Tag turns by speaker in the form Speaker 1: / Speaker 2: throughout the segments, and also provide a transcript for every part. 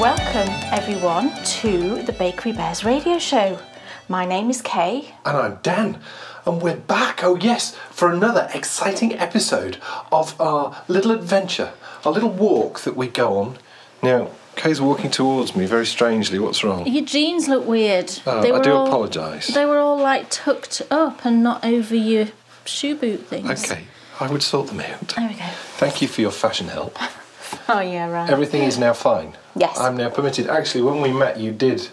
Speaker 1: Welcome, everyone, to the Bakery Bears radio show. My name is Kay.
Speaker 2: And I'm Dan, and we're back, oh yes, for another exciting episode of our little adventure, our little walk that we go on. Now, Kay's walking towards me very strangely. What's wrong?
Speaker 1: Your jeans look weird.
Speaker 2: Oh, I do apologise.
Speaker 1: They were all like tucked up and not over your shoe boot things.
Speaker 2: Okay, I would sort them out.
Speaker 1: There we go.
Speaker 2: Thank you for your fashion help.
Speaker 1: Oh, yeah, right.
Speaker 2: Everything is now fine.
Speaker 1: Yes.
Speaker 2: I'm now permitted. Actually, when we met, you did,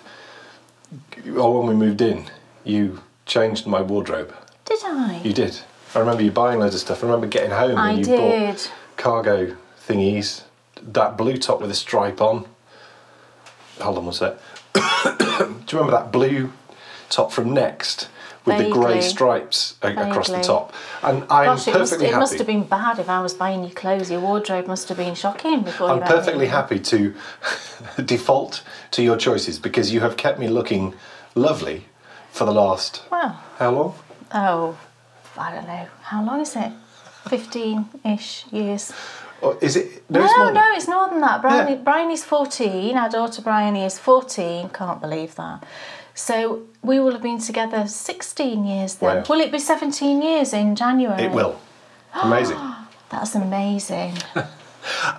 Speaker 2: or when we moved in, you changed my wardrobe.
Speaker 1: Did I?
Speaker 2: You did. I remember you buying loads of stuff. I remember getting home
Speaker 1: I
Speaker 2: and you
Speaker 1: did.
Speaker 2: bought cargo thingies, that blue top with a stripe on. Hold on one sec. Do you remember that blue top from Next with the
Speaker 1: Vaguely.
Speaker 2: grey stripes a- across the
Speaker 1: Vaguely.
Speaker 2: top? And I'm
Speaker 1: Gosh, it
Speaker 2: perfectly
Speaker 1: must, it
Speaker 2: happy.
Speaker 1: must have been bad if I was buying you clothes. Your wardrobe must have been shocking before
Speaker 2: I'm
Speaker 1: you met me.
Speaker 2: perfectly happy to default to your choices because you have kept me looking lovely for the last
Speaker 1: Well,
Speaker 2: how long?
Speaker 1: oh, I don't know. How long is it? 15 ish years.
Speaker 2: Or Oh, is it? No,
Speaker 1: No,
Speaker 2: it's more.
Speaker 1: no, it's more than that. Bryony,
Speaker 2: Yeah.
Speaker 1: Bryony's 14, our daughter Bryony is 14, can't believe that. So we will have been together 16 years then.
Speaker 2: Wow.
Speaker 1: Will it be 17 years in January?
Speaker 2: It will. Amazing.
Speaker 1: That's amazing.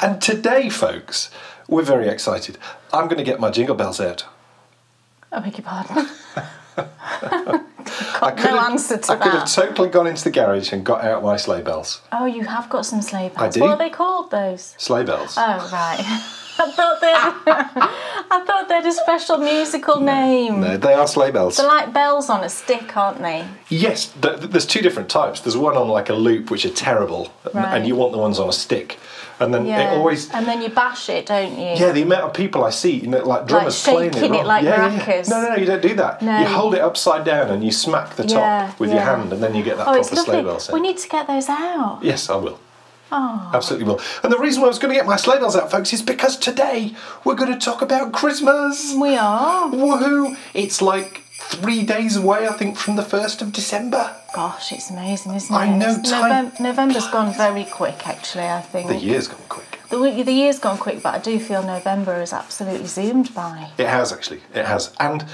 Speaker 2: And today, folks, we're very excited. I'm going to get my jingle bells out.
Speaker 1: I beg your pardon.
Speaker 2: I
Speaker 1: no answer to
Speaker 2: I could have
Speaker 1: that.
Speaker 2: totally gone into the garage and got out my sleigh bells.
Speaker 1: Oh, you have got some sleigh bells.
Speaker 2: do.
Speaker 1: What are they called, those?
Speaker 2: Sleigh bells.
Speaker 1: Oh, right. I thought they I thought they had a special musical name.
Speaker 2: no, they are sleigh bells.
Speaker 1: They're like bells on a stick, aren't they?
Speaker 2: yes, th- th- there's two different types. There's one on like a loop, which are terrible, and-
Speaker 1: Right.
Speaker 2: and you want the ones on a stick. And then it always.
Speaker 1: And then you bash it, don't you?
Speaker 2: Yeah, the amount of people I see, you know, like drummers playing
Speaker 1: shaking it
Speaker 2: wrong.
Speaker 1: like
Speaker 2: yeah,
Speaker 1: maracas.
Speaker 2: Yeah. No, no, no, you don't do that.
Speaker 1: No.
Speaker 2: You hold it upside down and you smack the top
Speaker 1: Yeah,
Speaker 2: with your
Speaker 1: yeah.
Speaker 2: hand, and then you get that
Speaker 1: Oh, it's
Speaker 2: proper eh? sleigh
Speaker 1: lovely.
Speaker 2: bell sound.
Speaker 1: We need to get those out.
Speaker 2: Yes, I will.
Speaker 1: Oh.
Speaker 2: Absolutely will. And the reason why I was going to get my sleigh bells out, folks, is because today we're going to talk about Christmas.
Speaker 1: We are.
Speaker 2: Woohoo! It's like three days away, I think, from the 1st of December.
Speaker 1: Gosh, it's amazing, isn't it?
Speaker 2: I know
Speaker 1: It's
Speaker 2: time-
Speaker 1: Novem- November's gone very quick, actually. I think
Speaker 2: The year's gone quick.
Speaker 1: the, week- the year's gone quick, but I do feel November is absolutely zoomed by.
Speaker 2: It has, actually. It has. And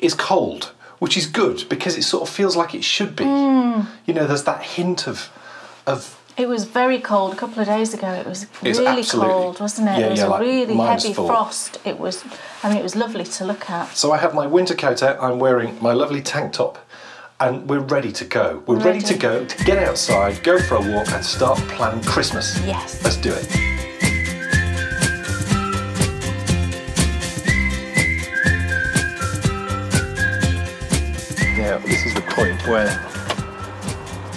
Speaker 2: it's cold, which is good because it sort of feels like it should be. You know, there's that hint of. of
Speaker 1: It was very cold a couple of days ago. It was
Speaker 2: It's
Speaker 1: really
Speaker 2: absolutely-
Speaker 1: cold, wasn't it?
Speaker 2: yeah,
Speaker 1: it was
Speaker 2: yeah,
Speaker 1: a
Speaker 2: like
Speaker 1: really
Speaker 2: minus
Speaker 1: heavy
Speaker 2: four.
Speaker 1: frost. It was. I mean, it was lovely to look at.
Speaker 2: so I have my winter coat out, I'm wearing my lovely tank top. And we're ready to go. We're ready to
Speaker 1: Ready.
Speaker 2: go to get outside, go for a walk, and start planning Christmas.
Speaker 1: Yes.
Speaker 2: Let's do it. Now, this is the point where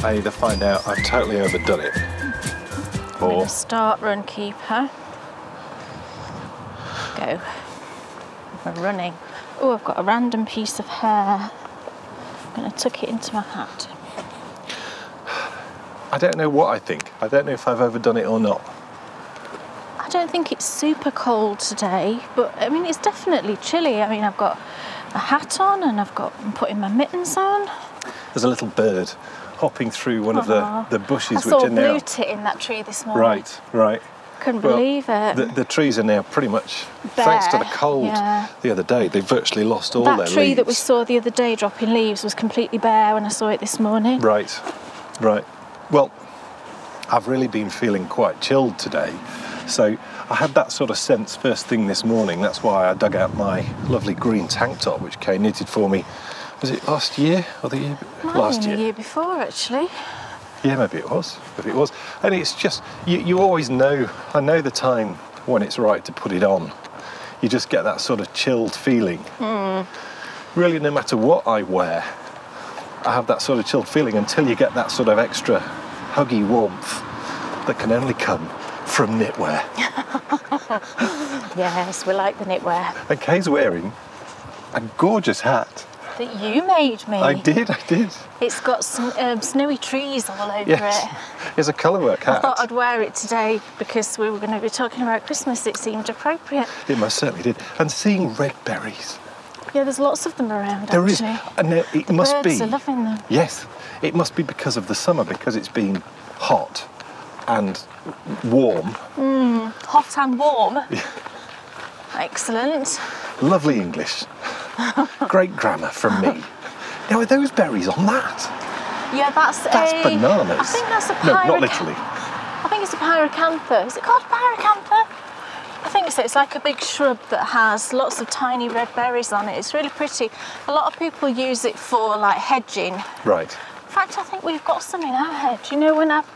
Speaker 2: I either find out I've totally overdone it,
Speaker 1: I'm
Speaker 2: or
Speaker 1: gonna start run keeper. Go. I'm running. Oh, I've got a random piece of hair. I'm gonna tuck it into my hat.
Speaker 2: I don't know what I think. I don't know if I've overdone it or not.
Speaker 1: I don't think it's super cold today, but I mean it's definitely chilly. I mean I've got a hat on and I've got I'm putting my mittens on.
Speaker 2: There's a little bird hopping through one of
Speaker 1: Aw.
Speaker 2: the,
Speaker 1: Ah.
Speaker 2: the
Speaker 1: I
Speaker 2: bushes, which
Speaker 1: saw
Speaker 2: are now
Speaker 1: blue tit in that tree this morning.
Speaker 2: right, right.
Speaker 1: Couldn't
Speaker 2: Well,
Speaker 1: believe it.
Speaker 2: The, the trees are now pretty much, thanks to the
Speaker 1: Bare,
Speaker 2: cold
Speaker 1: yeah.
Speaker 2: the other day, they virtually lost all
Speaker 1: that
Speaker 2: their
Speaker 1: tree that we
Speaker 2: leaves.
Speaker 1: saw the other day dropping leaves was completely bare when I saw it this morning.
Speaker 2: Right, right. Well, I've really been feeling quite chilled today. So I had that sort of sense first thing this morning. That's why I dug out my lovely green tank top, which Kay knitted for me. Was it last year or the year?
Speaker 1: Might have
Speaker 2: last
Speaker 1: been
Speaker 2: year.
Speaker 1: the year before actually.
Speaker 2: Yeah, maybe it was. Maybe it was. And it's just, you, you always know, I know the time when it's right to put it on. You just get that sort of chilled feeling.
Speaker 1: Hmm.
Speaker 2: Really, no matter what I wear, I have that sort of chilled feeling until you get that sort of extra huggy warmth that can only come from knitwear.
Speaker 1: Yes, we like the knitwear.
Speaker 2: And Kay's wearing a gorgeous hat.
Speaker 1: that you made me.
Speaker 2: I did, I did.
Speaker 1: It's got sn- um, snowy trees all over
Speaker 2: Yes.
Speaker 1: it.
Speaker 2: It's a colourwork
Speaker 1: I thought I'd
Speaker 2: hat.
Speaker 1: wear it today because we were going to be talking about Christmas. It seemed appropriate.
Speaker 2: It most certainly did. And seeing red berries.
Speaker 1: Yeah, there's lots of them around.
Speaker 2: There is,
Speaker 1: actually.
Speaker 2: and there, it must
Speaker 1: Birds
Speaker 2: be.
Speaker 1: are loving them.
Speaker 2: Yes, it must be because of the summer, because it's been hot and warm.
Speaker 1: Hot and warm. Excellent.
Speaker 2: Lovely English. Great grammar from me. Now, are those berries on that?
Speaker 1: Yeah, that's,
Speaker 2: That's
Speaker 1: a.
Speaker 2: bananas.
Speaker 1: I think that's a
Speaker 2: No,
Speaker 1: pyroca-
Speaker 2: not literally.
Speaker 1: I think it's a pyracantha. Is it called pyracantha? I think so. It's like a big shrub that has lots of tiny red berries on it. It's really pretty. A lot of people use it for like hedging.
Speaker 2: Right.
Speaker 1: In fact, I think we've got some in our hedge. You know, when I've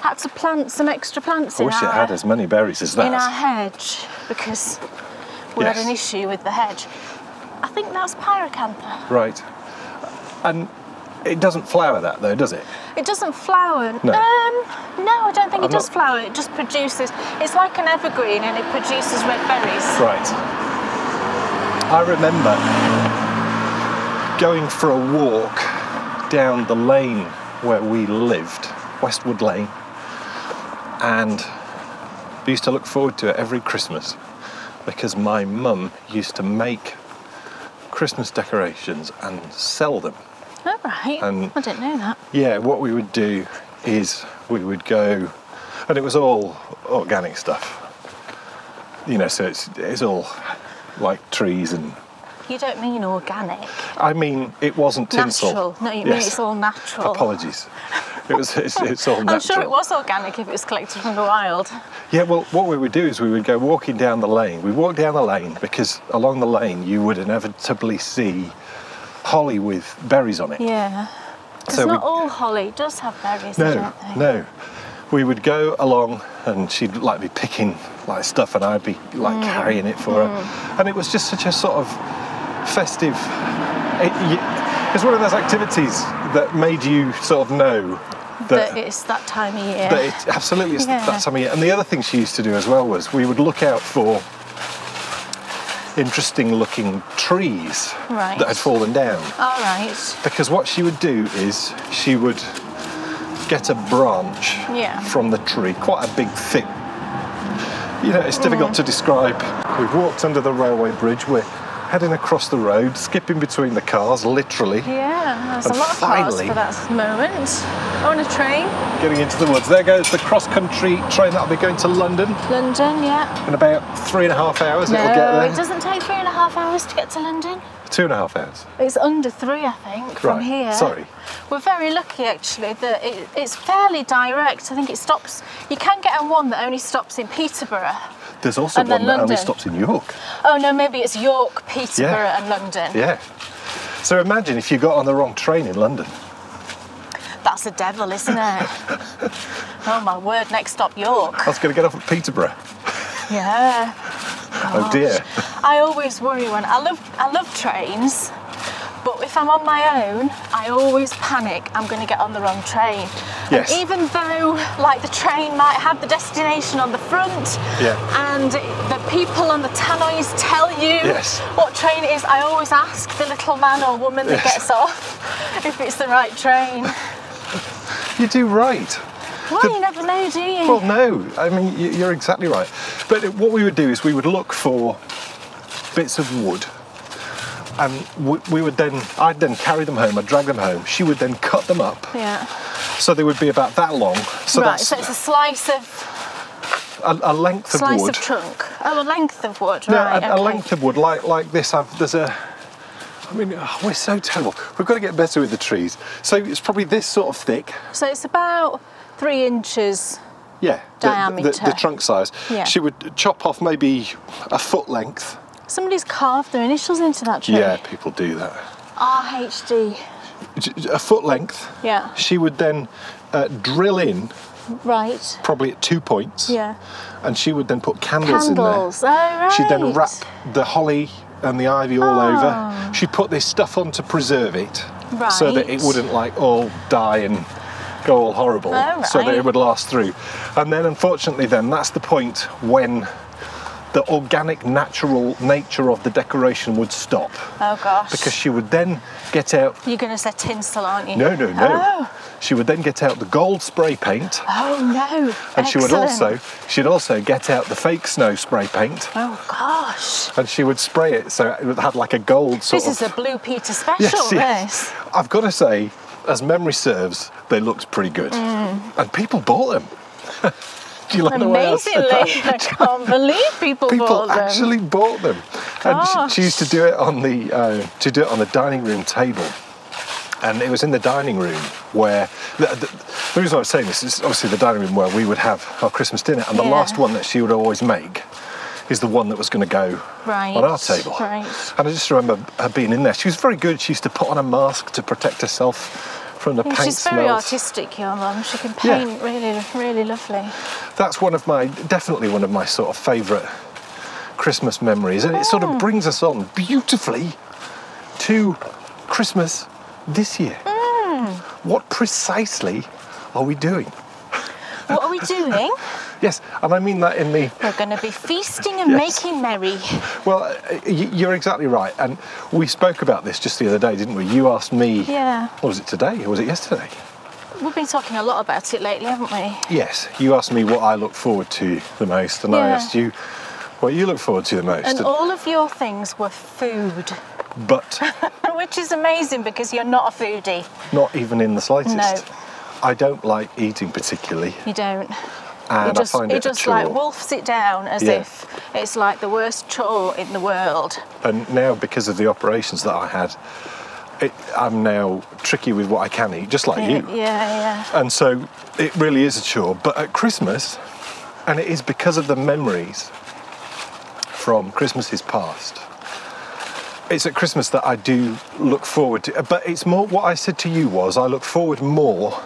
Speaker 1: had to plant some extra plants
Speaker 2: I
Speaker 1: in
Speaker 2: wish it
Speaker 1: our
Speaker 2: had as many berries as
Speaker 1: in our
Speaker 2: that.
Speaker 1: hedge because we had
Speaker 2: Yes.
Speaker 1: an issue with the hedge. I think that's pyracantha.
Speaker 2: Right. And it doesn't flower that though, does it?
Speaker 1: It doesn't flower.
Speaker 2: No.
Speaker 1: Um, no, I don't think
Speaker 2: I'm
Speaker 1: it does
Speaker 2: not-
Speaker 1: flower. It just produces. It's like an evergreen, and it produces red berries.
Speaker 2: Right. I remember going for a walk down the lane where we lived, Westwood Lane, and we used to look forward to it every Christmas because my mum used to make Christmas decorations and sell them.
Speaker 1: All right.
Speaker 2: And-
Speaker 1: I didn't know that.
Speaker 2: Yeah, what we would do is we would go, and it was all organic stuff. You know, so it's it's all like trees and.
Speaker 1: You don't mean organic,
Speaker 2: I mean, it wasn't tinsel.
Speaker 1: natural. No, you mean
Speaker 2: Yes.
Speaker 1: it's all natural.
Speaker 2: Apologies. It was. It's, it's all natural.
Speaker 1: I'm sure it was organic if it was collected from the wild.
Speaker 2: Yeah. Well, what we would do is we would go walking down the lane. We walked down the lane because along the lane you would inevitably see holly with berries on it.
Speaker 1: Yeah. Because
Speaker 2: So we-
Speaker 1: not all holly does have berries,
Speaker 2: No,
Speaker 1: don't they?
Speaker 2: no. We would go along, and she'd like be picking like stuff, and I'd be like
Speaker 1: Mm.
Speaker 2: carrying it for her, and it was just such a sort of festive. It, y- it's one of those activities that made you sort of know
Speaker 1: That
Speaker 2: that.
Speaker 1: it's that time of year.
Speaker 2: that it, absolutely, it's
Speaker 1: Yeah.
Speaker 2: that time of year. And the other thing she used to do as well was we would look out for interesting looking trees
Speaker 1: Right.
Speaker 2: that had fallen down
Speaker 1: all right.
Speaker 2: because what she would do is she would get a branch
Speaker 1: Yeah.
Speaker 2: from the tree, quite a big thick. You know, it's difficult
Speaker 1: Mm.
Speaker 2: to describe. We've walked under the railway bridge. We're heading across the road, skipping between the cars, literally
Speaker 1: Yeah, there's
Speaker 2: And
Speaker 1: a lot of cars
Speaker 2: finally-
Speaker 1: for that moment. On a train,
Speaker 2: getting into the woods. There goes the cross-country train that'll be going to London
Speaker 1: London, yeah.
Speaker 2: in about three and a half hours. it'll get
Speaker 1: No,
Speaker 2: there.
Speaker 1: it doesn't take three and a half hours to get to London.
Speaker 2: Two and a half hours.
Speaker 1: It's under three, I think, from
Speaker 2: Right,
Speaker 1: here.
Speaker 2: sorry.
Speaker 1: We're very lucky actually that it, it's fairly direct. I think it stops. You can get on one that only stops in Peterborough.
Speaker 2: There's also
Speaker 1: And
Speaker 2: one
Speaker 1: then
Speaker 2: that
Speaker 1: London.
Speaker 2: only stops in York.
Speaker 1: Oh no, maybe it's York, Peterborough, and London.
Speaker 2: Yeah. So imagine if you got on the wrong train in London.
Speaker 1: That's the devil, isn't it? oh my word! Next stop York.
Speaker 2: I was going to get off at Peterborough.
Speaker 1: Yeah.
Speaker 2: Oh dear.
Speaker 1: I always worry when I love I love trains, but if I'm on my own, I always panic. I'm going to get on the wrong train.
Speaker 2: Yes.
Speaker 1: And even though like the train might have the destination on the front,
Speaker 2: Yeah.
Speaker 1: and the people on the tannoys tell you
Speaker 2: Yes.
Speaker 1: what train it is, I always ask the little man or woman that
Speaker 2: Yes.
Speaker 1: gets off if it's the right train.
Speaker 2: You do right.
Speaker 1: Well, you never know, do you?
Speaker 2: Well, no, I mean, y- you're exactly right. But what we would do is we would look for bits of wood and we, we would then, I'd then carry them home, I'd drag them home. She would then cut them up
Speaker 1: yeah.
Speaker 2: so they would be about that long. So
Speaker 1: right.
Speaker 2: that's
Speaker 1: So it's a slice of
Speaker 2: a, a length of
Speaker 1: slice
Speaker 2: wood.
Speaker 1: of trunk. Oh, a length of wood.
Speaker 2: no,
Speaker 1: right.
Speaker 2: a, a
Speaker 1: okay.
Speaker 2: length of wood like, like this. I've, there's a, I mean, oh, we're so terrible. We've got to get better with the trees. So it's probably this sort of thick.
Speaker 1: So it's about three inches.
Speaker 2: Yeah. the- the- The,
Speaker 1: Diameter.
Speaker 2: trunk size.
Speaker 1: Yeah.
Speaker 2: She would chop off maybe a foot length.
Speaker 1: Somebody's carved their initials into that tree.
Speaker 2: Yeah, people do that.
Speaker 1: RHD.
Speaker 2: j- a foot length.
Speaker 1: Yeah.
Speaker 2: She would then uh, drill in,
Speaker 1: Right.
Speaker 2: probably at two points.
Speaker 1: Yeah.
Speaker 2: And she would then put candles,
Speaker 1: Candles. Oh,
Speaker 2: in there.
Speaker 1: right. Ah.
Speaker 2: She'd then wrap the holly and the ivy all over. She'd put this stuff on to preserve it, so that it
Speaker 1: Right.
Speaker 2: wouldn't like all die and go all horrible,
Speaker 1: Oh,
Speaker 2: so that
Speaker 1: right.
Speaker 2: it would last through. And then, unfortunately, then that's the point when. The organic, natural nature of the decoration would stop
Speaker 1: Oh, gosh.
Speaker 2: because she would then get out
Speaker 1: You're going to say tinsel, aren't you?
Speaker 2: no, no, no.
Speaker 1: Oh,
Speaker 2: She would then get out the gold spray paint,
Speaker 1: oh no.
Speaker 2: and she would
Speaker 1: Excellent.
Speaker 2: also she'd also get out the fake snow spray paint,
Speaker 1: Oh, gosh.
Speaker 2: and she would spray it so it had like a gold sort
Speaker 1: This is
Speaker 2: of.
Speaker 1: a Blue Peter special,
Speaker 2: Yes, yes.
Speaker 1: this.
Speaker 2: I've got to say,
Speaker 1: Mm.
Speaker 2: as memory serves, they looked pretty good, and people bought them. Do you like the way I said
Speaker 1: Amazingly,
Speaker 2: that?
Speaker 1: I can't believe people, bought
Speaker 2: People
Speaker 1: them.
Speaker 2: actually bought them, and
Speaker 1: Gosh.
Speaker 2: she, she used to do it on the uh, to do it on the dining room table, and it was in the dining room where the, the, the reason why I'm saying this is obviously the dining room where we would have our Christmas dinner, and the
Speaker 1: Yeah.
Speaker 2: last one that she would always make is the one that was going to go
Speaker 1: Right,
Speaker 2: on our table.
Speaker 1: right.
Speaker 2: And I just remember her being in there. She was very good. She used to put on a mask to protect herself from the
Speaker 1: Yeah,
Speaker 2: paint
Speaker 1: she's very
Speaker 2: smells.
Speaker 1: artistic, your mum. She can
Speaker 2: Yeah.
Speaker 1: paint really, really lovely.
Speaker 2: that's one of my definitely one of my sort of favourite Christmas memories, and it sort
Speaker 1: Mm.
Speaker 2: of brings us on beautifully to Christmas this year.
Speaker 1: Mm.
Speaker 2: What precisely are we doing?
Speaker 1: What are we doing?
Speaker 2: Yes, and I mean that in the
Speaker 1: We're going to be feasting and
Speaker 2: Yes.
Speaker 1: making merry.
Speaker 2: well. uh, y- You're exactly right, and we spoke about this just the other day, didn't we? You asked me.
Speaker 1: Yeah.
Speaker 2: Or was it today? Or was it yesterday?
Speaker 1: We've been talking a lot about it lately, haven't we?
Speaker 2: Yes, you asked me what I look forward to the most, and I
Speaker 1: Yeah.
Speaker 2: asked you what you look forward to the most.
Speaker 1: And
Speaker 2: and-
Speaker 1: all of your things were food,
Speaker 2: but
Speaker 1: which is amazing because you're not a foodie.
Speaker 2: Not even in the slightest.
Speaker 1: No.
Speaker 2: I don't like eating particularly,
Speaker 1: You don't.
Speaker 2: and
Speaker 1: you just,
Speaker 2: I find
Speaker 1: you
Speaker 2: it a
Speaker 1: just
Speaker 2: chore.
Speaker 1: like wolfs it down as
Speaker 2: Yeah.
Speaker 1: if it's like the worst chore in the world.
Speaker 2: and now, because of the operations that I had, it, I'm now tricky with what I can eat, just like
Speaker 1: Yeah,
Speaker 2: you.
Speaker 1: yeah.
Speaker 2: And so it really is a chore. But at Christmas, and it is because of the memories from Christmases past. It's at Christmas that I do look forward to, but it's more what I said to you was I look forward more,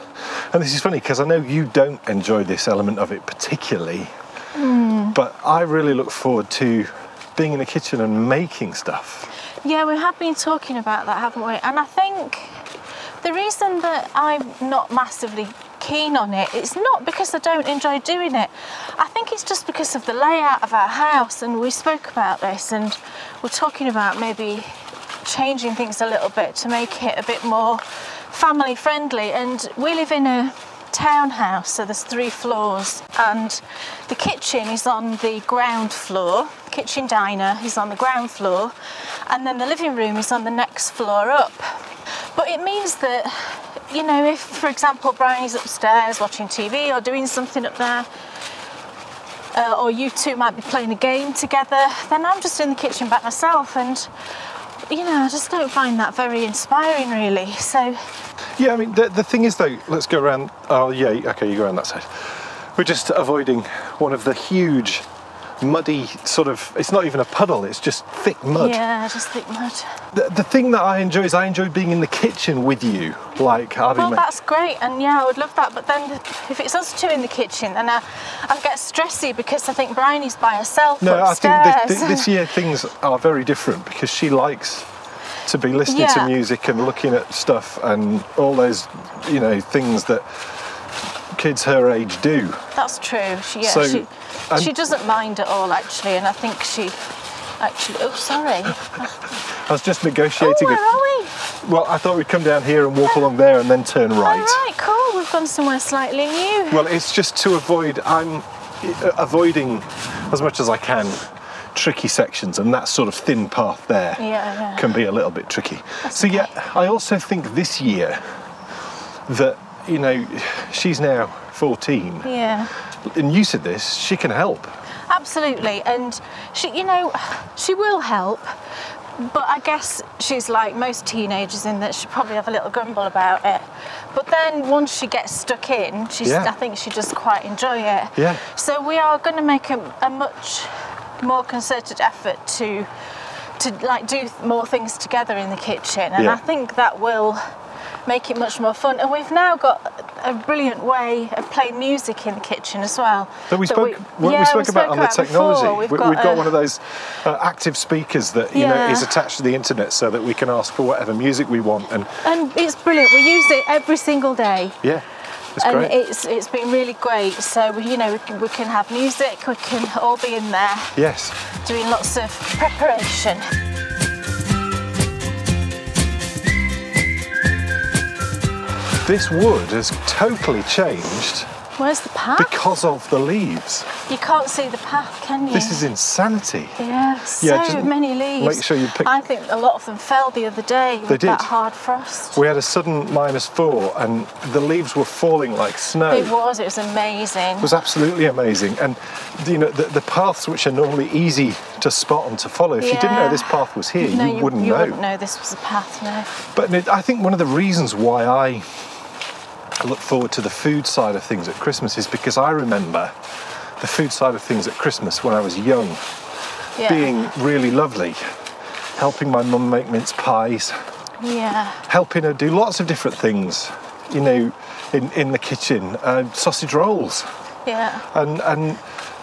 Speaker 2: and this is funny because I know you don't enjoy this element of it particularly, but I really look forward to being in the kitchen and making stuff.
Speaker 1: Yeah, we have been talking about that, haven't we? And I think the reason that I'm not massively keen on it, it's not because I don't enjoy doing it. I think it's just because of the layout of our house, and we spoke about this, and we're talking about maybe changing things a little bit to make it a bit more family friendly. And we live in a townhouse, so there's three floors, and the kitchen is on the ground floor. Kitchen diner is on the ground floor, and then the living room is on the next floor up. But it means that, you know, if for example Brian's upstairs watching TV or doing something up there, uh, or you two might be playing a game together, then I'm just in the kitchen by myself and. You know, I just don't find that very inspiring, really. So,
Speaker 2: Yeah, I mean, the, the thing is though, let's go around. Oh, yeah, okay, you go around that side. We're just avoiding one of the huge, muddy sort of, it's not even a puddle, it's just thick mud.
Speaker 1: yeah, I just think much.
Speaker 2: The, the thing that I enjoy is I enjoy being in the kitchen with you. Like, having
Speaker 1: Well,
Speaker 2: ma-
Speaker 1: that's great, and yeah, I would love that. But then, if it's us two in the kitchen, then I, I get stressy because I think Bryony's by herself
Speaker 2: No,
Speaker 1: upstairs.
Speaker 2: I think this, thi- this year things are very different because she likes to be listening to
Speaker 1: Yeah.
Speaker 2: music and looking at stuff and all those, you know, things that kids her age do.
Speaker 1: that's true. She, yeah,
Speaker 2: So, um,
Speaker 1: she,
Speaker 2: and-
Speaker 1: she doesn't mind at all, actually, and I think she actually. Oh, sorry.
Speaker 2: I was just
Speaker 1: oh,
Speaker 2: negotiating.
Speaker 1: where
Speaker 2: a-
Speaker 1: are we?
Speaker 2: well, I thought we'd come down here and walk along there and then turn
Speaker 1: All
Speaker 2: right.
Speaker 1: right, cool. We've gone somewhere slightly new.
Speaker 2: Well, it's just to avoid. I'm uh, avoiding as much as I can tricky sections, and that sort of thin path there
Speaker 1: Yeah, yeah.
Speaker 2: can be a little bit tricky. so yeah, I also think this year that you know she's now 14,
Speaker 1: Yeah.
Speaker 2: and you said this. She can help.
Speaker 1: Absolutely, and she, you know, she will help, but I guess she's like most teenagers in that she probably have a little grumble about it. But then once she gets stuck in, she's,
Speaker 2: Yeah.
Speaker 1: I think she just quite enjoy it.
Speaker 2: Yeah.
Speaker 1: So we are going to make a, a much more concerted effort to to like do more things together in the kitchen, and
Speaker 2: Yeah.
Speaker 1: I think that will make it much more fun. And we've now got a brilliant way of playing music in the kitchen as well.
Speaker 2: That we spoke.
Speaker 1: we,
Speaker 2: we,
Speaker 1: yeah,
Speaker 2: we spoke about on the
Speaker 1: before.
Speaker 2: technology.
Speaker 1: We've
Speaker 2: we,
Speaker 1: got,
Speaker 2: we've got
Speaker 1: a-
Speaker 2: one of those uh, active speakers that you know
Speaker 1: Yeah.
Speaker 2: is attached to the internet, so that we can ask for whatever music we want. And
Speaker 1: and it's brilliant. We use it every single day,
Speaker 2: yeah, it's
Speaker 1: and
Speaker 2: great.
Speaker 1: it's it's been really great. So we- you know we can, we can have music. We can all be in there
Speaker 2: yes.
Speaker 1: doing lots of preparation.
Speaker 2: This wood has totally changed
Speaker 1: Where's the path?
Speaker 2: because of the leaves.
Speaker 1: you can't see the path, can you?
Speaker 2: This is insanity.
Speaker 1: Yeah, so
Speaker 2: Yeah, just
Speaker 1: many leaves.
Speaker 2: make sure you pick-
Speaker 1: I think a lot of them fell the other day with
Speaker 2: did.
Speaker 1: that hard frost.
Speaker 2: We had a sudden minus four, and the leaves were falling like snow.
Speaker 1: It was, it was amazing.
Speaker 2: was absolutely amazing. And you know, the, the paths which are normally easy to spot and to follow. If you didn't know
Speaker 1: Yeah.
Speaker 2: this path was here,
Speaker 1: no,
Speaker 2: you, wouldn't know.
Speaker 1: wouldn't know this was a path, no.
Speaker 2: But no, I think one of the reasons why I look forward to the food side of things at Christmas is because I remember the food side of things at Christmas when I was young
Speaker 1: Yeah.
Speaker 2: being really lovely, helping my mum make mince pies,
Speaker 1: yeah.
Speaker 2: helping her do lots of different things. You know, in, in the kitchen, uh, sausage rolls.
Speaker 1: Yeah.
Speaker 2: and and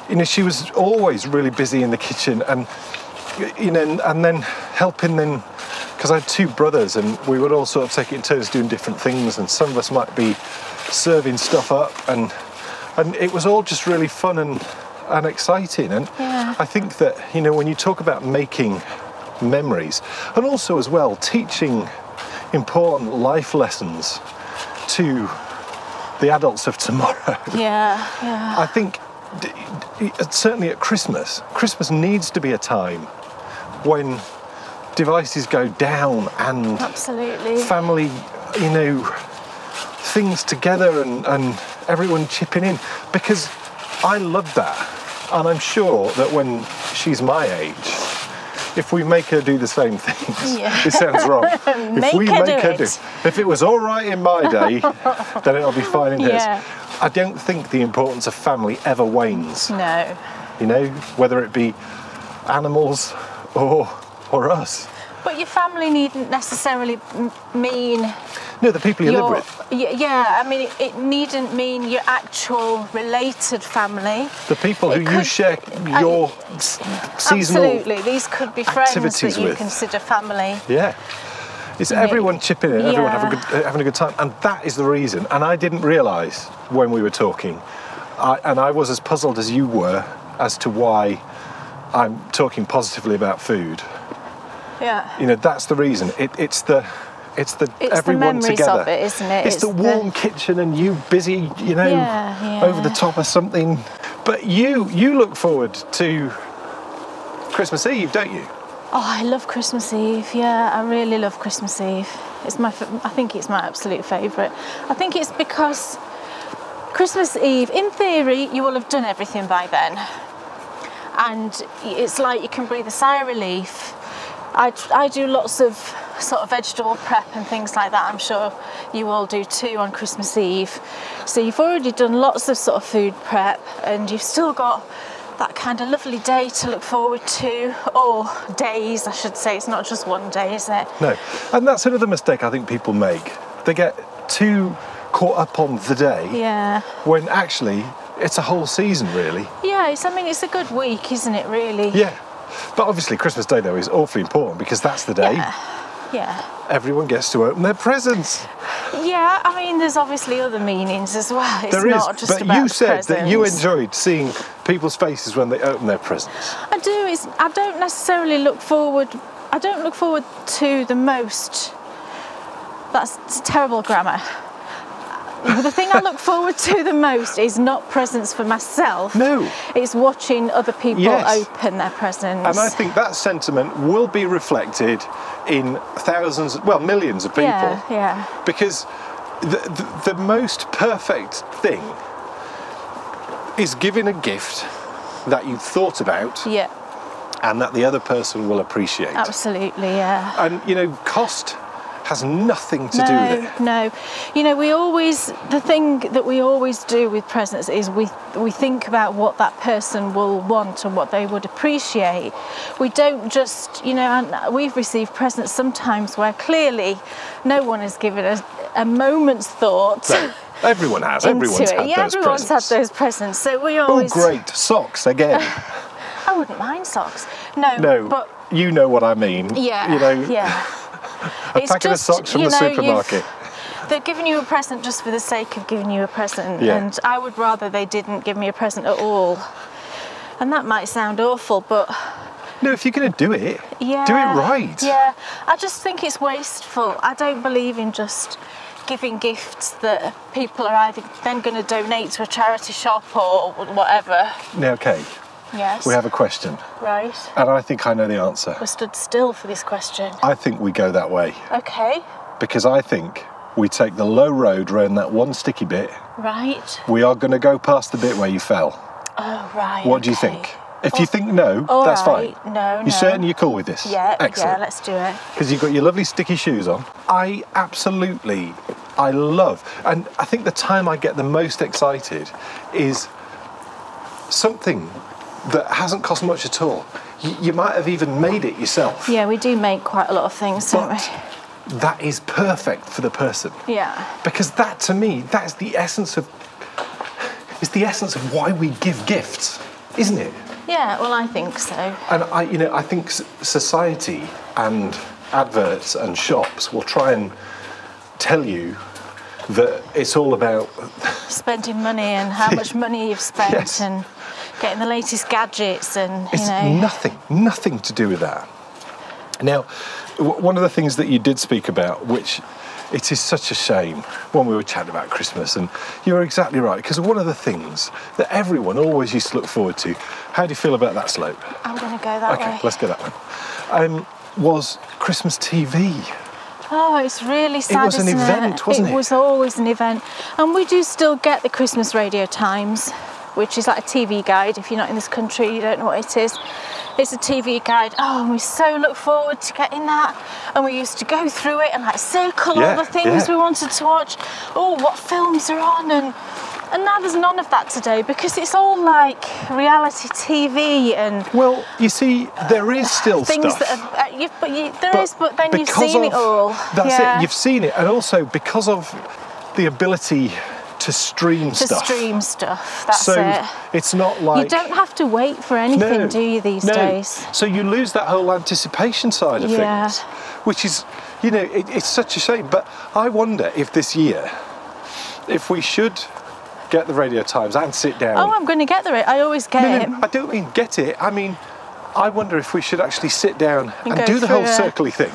Speaker 2: you know she was always really busy in the kitchen and you know and, and then helping them because I had two brothers and we would all sort of take it in turns doing different things and some of us might be serving stuff up and and it was all just really fun and and exciting and
Speaker 1: Yeah.
Speaker 2: I think that you know when you talk about making memories and also as well teaching important life lessons to the adults of tomorrow
Speaker 1: Yeah. Yeah.
Speaker 2: I think d- d- certainly at Christmas, Christmas needs to be a time when devices go down and
Speaker 1: Absolutely.
Speaker 2: family, you know, things together and, and everyone chipping in because I love that. And I'm sure that when she's my age, if we make her do the same things,
Speaker 1: Yeah.
Speaker 2: it sounds wrong. if
Speaker 1: Make
Speaker 2: we
Speaker 1: her
Speaker 2: make
Speaker 1: do
Speaker 2: her do,
Speaker 1: it.
Speaker 2: if it was all right in my day, then it'll be fine in
Speaker 1: Yeah.
Speaker 2: hers. I don't think the importance of family ever wanes
Speaker 1: No.
Speaker 2: you know, whether it be animals or or us.
Speaker 1: But your family needn't necessarily m- mean
Speaker 2: No, the people you live
Speaker 1: your.
Speaker 2: with,
Speaker 1: y- Yeah, I mean, it, it needn't mean your actual related family.
Speaker 2: the people who
Speaker 1: it
Speaker 2: you
Speaker 1: could-
Speaker 2: share
Speaker 1: I-
Speaker 2: your s- seasonal.
Speaker 1: Absolutely. These could be friends
Speaker 2: activities
Speaker 1: that you
Speaker 2: with.
Speaker 1: consider family.
Speaker 2: Yeah. It's everyone chipping in, everyone having a,
Speaker 1: Yeah.
Speaker 2: good, having a good time. And that is the reason. And I didn't realise when we were talking, I, and I was as puzzled as you were as to why I'm talking positively about food.
Speaker 1: Yeah.
Speaker 2: You know, that's the reason. It, it's the it's the
Speaker 1: It's the
Speaker 2: everyone
Speaker 1: memories
Speaker 2: together.
Speaker 1: of it, isn't it?
Speaker 2: It's,
Speaker 1: It's
Speaker 2: the
Speaker 1: the-
Speaker 2: warm kitchen and you busy, you know,
Speaker 1: Yeah, yeah.
Speaker 2: over the top of something. But you you look forward to Christmas Eve, don't you?
Speaker 1: Oh, I love Christmas Eve. Yeah, I really love Christmas Eve. It's my, fa- I think it's my absolute favourite. I think it's because Christmas Eve, in theory, you will have done everything by then, and it's like you can breathe a sigh of relief. I, I do lots of sort of vegetable prep and things like that. I'm sure you all do too on Christmas Eve. So you've already done lots of sort of food prep, and you've still got that kind of lovely day to look forward to, or days, I should say. It's not just one day, is it?
Speaker 2: No. And that's another mistake I think people make. They get too caught up on the day
Speaker 1: Yeah.
Speaker 2: when actually it's a whole season really.
Speaker 1: Yeah, it's, I mean, it's a good week, isn't it, really?
Speaker 2: Yeah. But obviously Christmas Day though is awfully important because that's the day
Speaker 1: Yeah.
Speaker 2: everyone gets to open their presents.
Speaker 1: Yeah, I mean, there's obviously other meanings as well. It's
Speaker 2: There is,
Speaker 1: not just
Speaker 2: but
Speaker 1: about
Speaker 2: you said that you
Speaker 1: presents.
Speaker 2: enjoyed seeing people's faces when they open their presents.
Speaker 1: I do. Is I don't necessarily look forward. I don't look forward to the most. That's terrible grammar. The thing I look forward to the most is not presents for myself.
Speaker 2: No.
Speaker 1: It's watching other people
Speaker 2: Yes.
Speaker 1: open their presents.
Speaker 2: And I think that sentiment will be reflected in thousands, well, millions of people.
Speaker 1: yeah, yeah.
Speaker 2: Because the, the, the most perfect thing is giving a gift that you've thought about
Speaker 1: Yeah,
Speaker 2: and that the other person will appreciate.
Speaker 1: absolutely, yeah.
Speaker 2: And, you know, cost has nothing to
Speaker 1: no,
Speaker 2: do with it.
Speaker 1: No, you know, we always the thing that we always do with presents is we we think about what that person will want and what they would appreciate. We don't just, you know, and we've received presents sometimes where clearly no one has given us a moment's thought.
Speaker 2: No, everyone has. Everyone's
Speaker 1: into it.
Speaker 2: had
Speaker 1: yeah,
Speaker 2: those
Speaker 1: everyone's
Speaker 2: presents.
Speaker 1: had those presents. So we
Speaker 2: Oh,
Speaker 1: always.
Speaker 2: great. Socks again.
Speaker 1: I wouldn't mind socks. No,
Speaker 2: No,
Speaker 1: but
Speaker 2: you know what I mean.
Speaker 1: yeah,
Speaker 2: You know,
Speaker 1: yeah.
Speaker 2: a packet of socks from
Speaker 1: you
Speaker 2: the
Speaker 1: know, you've-
Speaker 2: supermarket.
Speaker 1: They've given you a present just for the sake of giving you a present,
Speaker 2: Yeah.
Speaker 1: and I would rather they didn't give me a present at all. And that might sound awful, but
Speaker 2: No, if you're going to do it,
Speaker 1: yeah.
Speaker 2: do it right.
Speaker 1: Yeah, I just think it's wasteful. I don't believe in just giving gifts that people are either then going to donate to a charity shop or whatever.
Speaker 2: Now, Kate,
Speaker 1: Yes.
Speaker 2: we have a question,
Speaker 1: Right.
Speaker 2: and I think I know the answer.
Speaker 1: We're stood still for this question.
Speaker 2: I think we go that way
Speaker 1: Okay.
Speaker 2: because I think we take the low road round that one sticky bit.
Speaker 1: Right.
Speaker 2: We are going to go past the bit where you fell.
Speaker 1: Oh, right.
Speaker 2: What do you
Speaker 1: okay.
Speaker 2: think? If you think no,
Speaker 1: All
Speaker 2: that's
Speaker 1: right,
Speaker 2: fine.
Speaker 1: no,
Speaker 2: You're
Speaker 1: no.
Speaker 2: certain you're cool with this?
Speaker 1: Yeah, yeah,
Speaker 2: Excellent.
Speaker 1: let's do it.
Speaker 2: because you've got your lovely sticky shoes on. I absolutely, I love, and I think the time I get the most excited is something that hasn't cost much at all. You, you might have even made it yourself,
Speaker 1: Yeah, we do make quite a lot of things, don't
Speaker 2: but
Speaker 1: we?
Speaker 2: that is perfect for the person
Speaker 1: Yeah.
Speaker 2: because that, to me, that is the essence of. It's the essence of why we give gifts, isn't it?
Speaker 1: Yeah, well, I think so.
Speaker 2: And I, you know, I think s- society and adverts and shops will try and tell you that it's all about
Speaker 1: Spending money and how much money you've spent
Speaker 2: Yes.
Speaker 1: and getting the latest gadgets and, you
Speaker 2: it's
Speaker 1: know.
Speaker 2: nothing, nothing to do with that. Now, w- one of the things that you did speak about, which it is such a shame when we were chatting about Christmas, and you were exactly right, because one of the things that everyone always used to look forward to, how do you feel about that slope?
Speaker 1: I'm going to go that
Speaker 2: okay,
Speaker 1: way.
Speaker 2: let's go that one. Um, was Christmas TV.
Speaker 1: Oh, it's really sad.
Speaker 2: was an
Speaker 1: isn't
Speaker 2: event,
Speaker 1: it?
Speaker 2: wasn't it?
Speaker 1: was always an event, and we do still get the Christmas Radio Times, which is like a TV guide. If you're not in this country, you don't know what it is. It's a TV guide. Oh, and we so look forward to getting that. And we used to go through it and like circle
Speaker 2: Yeah,
Speaker 1: all the things
Speaker 2: yeah.
Speaker 1: we wanted to watch. Oh, what films are on and. And now there's none of that today because it's all like reality TV and
Speaker 2: Well, you see, there is still
Speaker 1: things
Speaker 2: stuff.
Speaker 1: that have, uh, you've, but you, there is, but then you've
Speaker 2: because
Speaker 1: seen it
Speaker 2: of-
Speaker 1: all.
Speaker 2: That's
Speaker 1: Yeah.
Speaker 2: it. You've seen it, and also because of the ability to stream
Speaker 1: to
Speaker 2: stuff.
Speaker 1: stream stuff. That's
Speaker 2: so
Speaker 1: it.
Speaker 2: it's not like
Speaker 1: you don't have to wait for anything, do you, these
Speaker 2: no.
Speaker 1: days?
Speaker 2: So you lose that whole anticipation side of
Speaker 1: Yeah.
Speaker 2: things, which is, you know, it, it's such a shame. But I wonder if this year, if we should get the Radio Times and sit down.
Speaker 1: Oh, I'm going to get there. I always get
Speaker 2: No,
Speaker 1: it.
Speaker 2: no, I don't mean get it. I mean, I wonder if we should actually sit down
Speaker 1: And
Speaker 2: and,
Speaker 1: go
Speaker 2: do the
Speaker 1: through
Speaker 2: whole
Speaker 1: a-
Speaker 2: circly thing.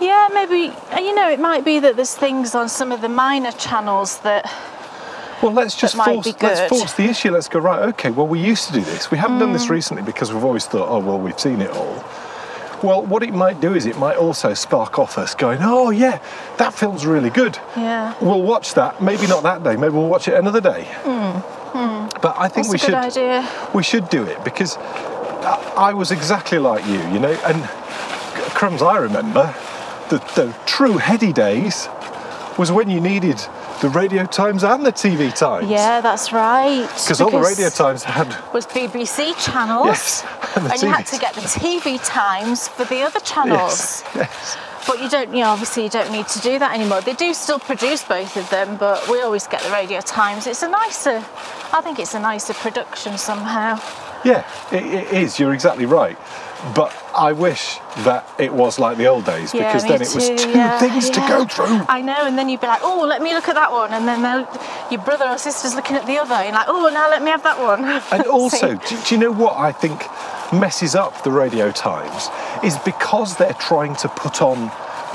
Speaker 1: Yeah, maybe, uh, you know, it might be that there's things on some of the minor channels that,
Speaker 2: Well, let's just
Speaker 1: might
Speaker 2: force
Speaker 1: be
Speaker 2: let's
Speaker 1: good.
Speaker 2: force the issue. Let's go right. Okay. Well, we used to do this. We haven't done this
Speaker 1: Mm.
Speaker 2: recently because we've always thought, oh well, we've seen it all. Well, what it might do is it might also spark off us going, oh yeah, that film's really good.
Speaker 1: Yeah.
Speaker 2: We'll watch that. Maybe not that day. Maybe we'll watch it another day. But I think
Speaker 1: Mm. That's
Speaker 2: we
Speaker 1: a good
Speaker 2: should
Speaker 1: idea.
Speaker 2: we should do it because I I was exactly like you, you know. And crumbs, I remember the, the true heady days was when you needed the radio times and the TV times.
Speaker 1: yeah, that's right.
Speaker 2: Because all the
Speaker 1: because
Speaker 2: radio times had.
Speaker 1: was BBC channels.
Speaker 2: Yes, and the
Speaker 1: And you had
Speaker 2: TVs.
Speaker 1: to get the TV times for the other channels,
Speaker 2: Yes, yes.
Speaker 1: but you don't. You know, obviously, you don't need to do that anymore. They do still produce both of them, but we always get the Radio Times. It's a nicer, I think it's a nicer production somehow.
Speaker 2: Yeah, it, it is. You're exactly right. But I wish that it was like the old days
Speaker 1: Yeah,
Speaker 2: because
Speaker 1: me
Speaker 2: then it was
Speaker 1: too,
Speaker 2: two
Speaker 1: yeah,
Speaker 2: things to
Speaker 1: yeah.
Speaker 2: go through.
Speaker 1: I know, and then you'd be like, oh, let me look at that one, and then they'll- your brother or sister's looking at the other, and you're like, oh, now let me have that one.
Speaker 2: And
Speaker 1: So-
Speaker 2: also, do, do you know what I think messes up the radio times is because they're trying to put on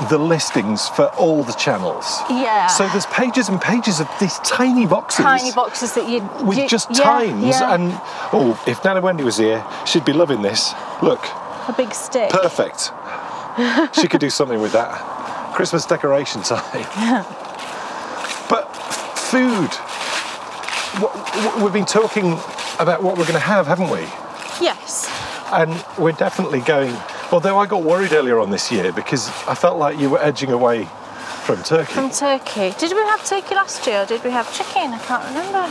Speaker 2: the listings for all the channels.
Speaker 1: Yeah.
Speaker 2: So there's pages and pages of these tiny boxes.
Speaker 1: tiny boxes that you
Speaker 2: with
Speaker 1: you-
Speaker 2: just
Speaker 1: yeah,
Speaker 2: times
Speaker 1: yeah.
Speaker 2: and oh, if Nana Wendy was here, she'd be loving this. Look,
Speaker 1: a big stick.
Speaker 2: perfect. she could do something with that. Christmas decoration time. But f- food. Wh- wh- We've been talking about what we're going to have, haven't we?
Speaker 1: Yes.
Speaker 2: And we're definitely going. Although I got worried earlier on this year because I felt like you were edging away from turkey.
Speaker 1: From Turkey. Did we have turkey last year or did we have chicken? I can't remember.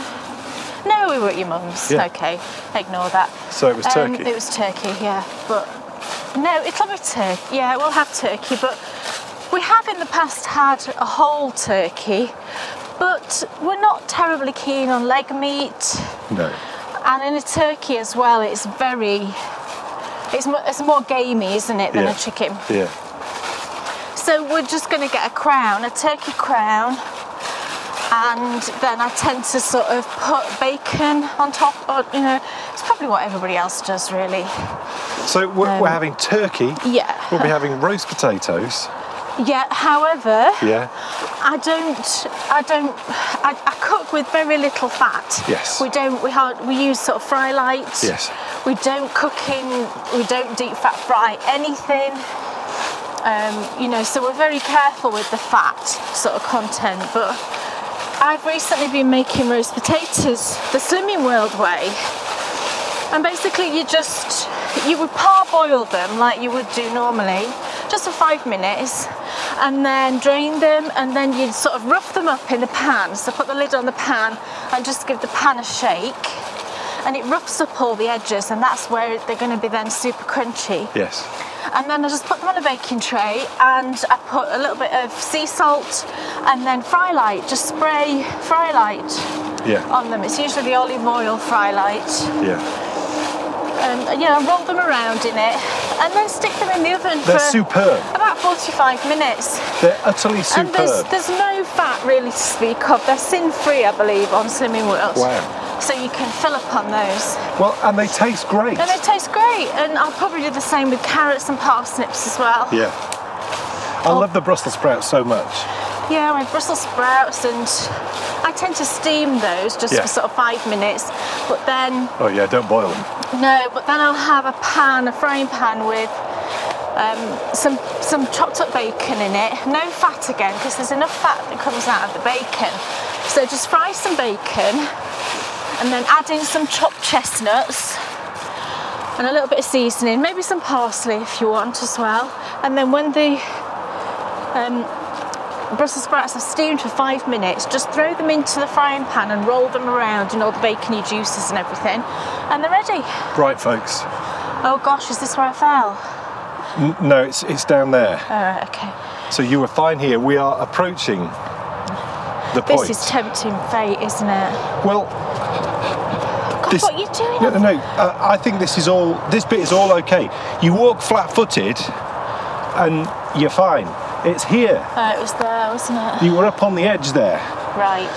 Speaker 1: No, we were at your mum's.
Speaker 2: Yeah.
Speaker 1: Okay, ignore that.
Speaker 2: So it was
Speaker 1: Um,
Speaker 2: turkey.
Speaker 1: It was turkey, yeah. But no, it'll be turkey. Yeah, we'll have turkey, but we have in the past had a whole turkey, but we're not terribly keen on leg meat.
Speaker 2: No.
Speaker 1: And in a turkey as well, it's very. It's, mo- it's more gamey, isn't it, than a
Speaker 2: yeah.
Speaker 1: chicken?
Speaker 2: Yeah.
Speaker 1: So we're just going to get a crown, a turkey crown, and then I tend to sort of put bacon on top. Or, you know, it's probably what everybody else does, really.
Speaker 2: So we're,
Speaker 1: Um,
Speaker 2: we're having turkey.
Speaker 1: yeah.
Speaker 2: We'll be having roast potatoes.
Speaker 1: Yeah, however,
Speaker 2: Yeah.
Speaker 1: I don't, I don't, I, I cook with very little fat.
Speaker 2: Yes.
Speaker 1: We don't, we hard, we use sort of fry light.
Speaker 2: Yes.
Speaker 1: We don't cook in, we don't deep fat fry anything. Um, you know, so we're very careful with the fat sort of content. But I've recently been making roast potatoes the Slimming World way. And basically, you just you would parboil them like you would do normally, just for five minutes, and then drain them, and then you'd sort of rough them up in the pan. So put the lid on the pan and just give the pan a shake, and it roughs up all the edges, and that's where they're going to be then super crunchy.
Speaker 2: Yes.
Speaker 1: And then I just put them on a baking tray, and I put a little bit of sea salt, and then fry light. Just spray fry light
Speaker 2: Yeah.
Speaker 1: on them. It's usually the olive oil fry light
Speaker 2: Yeah.
Speaker 1: um, and, you know, roll them around in it, and then stick them in the oven
Speaker 2: They're
Speaker 1: for
Speaker 2: superb.
Speaker 1: about 45 minutes.
Speaker 2: They're utterly superb.
Speaker 1: And there's there's no fat really to speak of. They're sin free, I believe, on Slimming World.
Speaker 2: Wow.
Speaker 1: So you can fill up on those,
Speaker 2: well, and they taste great.
Speaker 1: and they taste great. And I'll probably do the same with carrots and parsnips as well.
Speaker 2: yeah. I
Speaker 1: Oh.
Speaker 2: love the Brussels sprouts so much.
Speaker 1: Yeah, with Brussels sprouts, and I tend to steam those just
Speaker 2: Yeah.
Speaker 1: for sort of five minutes. But then
Speaker 2: Oh yeah, don't boil them.
Speaker 1: No, but then I'll have a pan, a frying pan with um, some some chopped up bacon in it. No fat again, because there's enough fat that comes out of the bacon. So just fry some bacon, and then add in some chopped chestnuts and a little bit of seasoning, maybe some parsley if you want as well. And then when the um, Brussels sprouts have steamed for five minutes, just throw them into the frying pan and roll them around in all the bacony juices and everything, and they're ready.
Speaker 2: Right, folks.
Speaker 1: Oh gosh, is this where I fell?
Speaker 2: N- no, it's it's down there.
Speaker 1: Alright, okay.
Speaker 2: So you were fine here. We are approaching the
Speaker 1: This
Speaker 2: point.
Speaker 1: is tempting fate, isn't it?
Speaker 2: well,
Speaker 1: God,
Speaker 2: This-
Speaker 1: what are you doing?
Speaker 2: no, no, no. Uh, I think this is all. This bit is all okay. You walk flat-footed, and you're fine. It's here.
Speaker 1: Oh, it was there, wasn't it?
Speaker 2: You were up on the edge there.
Speaker 1: Right,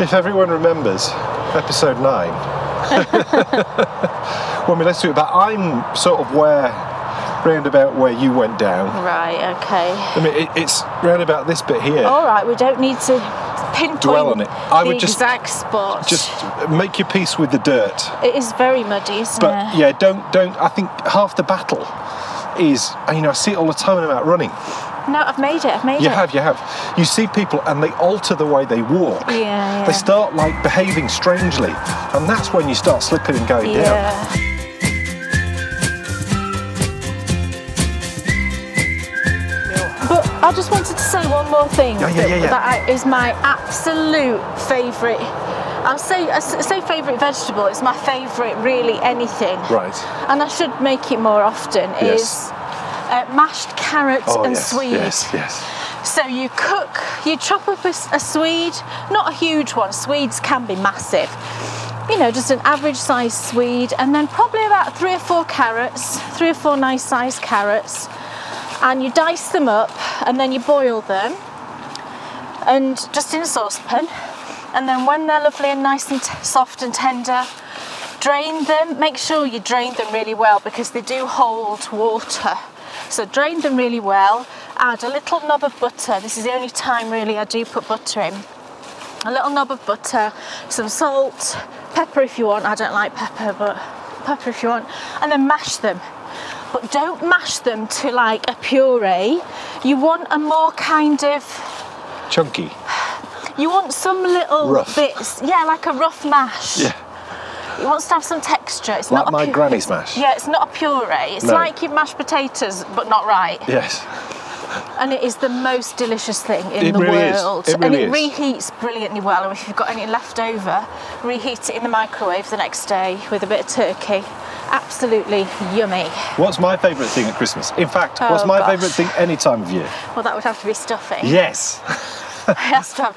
Speaker 2: If everyone remembers, episode nine, when we listened to it, but I'm sort of where, round about where you went down.
Speaker 1: okay. Right, okay.
Speaker 2: I mean, it, it's round about this bit here.
Speaker 1: Alright, we don't need to pinpoint
Speaker 2: Dwell on it. I
Speaker 1: the
Speaker 2: would just-
Speaker 1: exact spot.
Speaker 2: Just make your peace with the dirt.
Speaker 1: It is very muddy, isn't
Speaker 2: But
Speaker 1: it?
Speaker 2: yeah, don't don't. I think half the battle is you know I see it all the time when I'm out running.
Speaker 1: No, I've made it, I've made
Speaker 2: You
Speaker 1: it.
Speaker 2: have, you have. You see people and they alter the way they walk.
Speaker 1: Yeah, yeah.
Speaker 2: They start like behaving strangely, and that's when you start slipping and going down.
Speaker 1: Yeah. But I just wanted to say one more thing
Speaker 2: Yeah, yeah,
Speaker 1: that,
Speaker 2: yeah, yeah.
Speaker 1: that I, is my absolute favourite. I'll say I s- say favourite vegetable. It's my favourite, really anything.
Speaker 2: Right.
Speaker 1: And I should make it more often.
Speaker 2: Yes.
Speaker 1: Is uh, mashed carrot
Speaker 2: Oh
Speaker 1: and
Speaker 2: yes,
Speaker 1: swede.
Speaker 2: yes, yes.
Speaker 1: So you cook, you chop up a, s- a swede, not a huge one. Swedes can be massive. You know, just an average sized swede, and then probably about three or four carrots, three or four nice sized carrots, and you dice them up, and then you boil them, and just in a saucepan. And then when they're lovely and nice and t- soft and tender, drain them. Make sure you drain them really well because they do hold water. So drain them really well. Add a little knob of butter. This is the only time really I do put butter in. A little knob of butter, some salt, pepper if you want. I don't like pepper, but pepper if you want. And then mash them. But don't mash them to like a puree. You want a more kind of
Speaker 2: Chunky.
Speaker 1: you want some little
Speaker 2: Rough.
Speaker 1: bits, yeah, like a rough mash.
Speaker 2: Yeah.
Speaker 1: It wants to have some texture. It's
Speaker 2: Like
Speaker 1: not a
Speaker 2: my
Speaker 1: pu-
Speaker 2: granny's mash.
Speaker 1: Yeah, it's not a puree. It's
Speaker 2: No.
Speaker 1: like you've mashed potatoes, but not right.
Speaker 2: Yes.
Speaker 1: And it is the most delicious thing in
Speaker 2: It
Speaker 1: the
Speaker 2: really is.
Speaker 1: world.
Speaker 2: It really
Speaker 1: and it
Speaker 2: is.
Speaker 1: reheats brilliantly well. And if you've got any left over, reheat it in the microwave the next day with a bit of turkey. Absolutely yummy.
Speaker 2: What's my favourite thing at Christmas? In fact, what's
Speaker 1: Oh,
Speaker 2: my
Speaker 1: gosh.
Speaker 2: favourite thing any time of year?
Speaker 1: Well, that would have to be stuffing.
Speaker 2: Yes.
Speaker 1: It has to have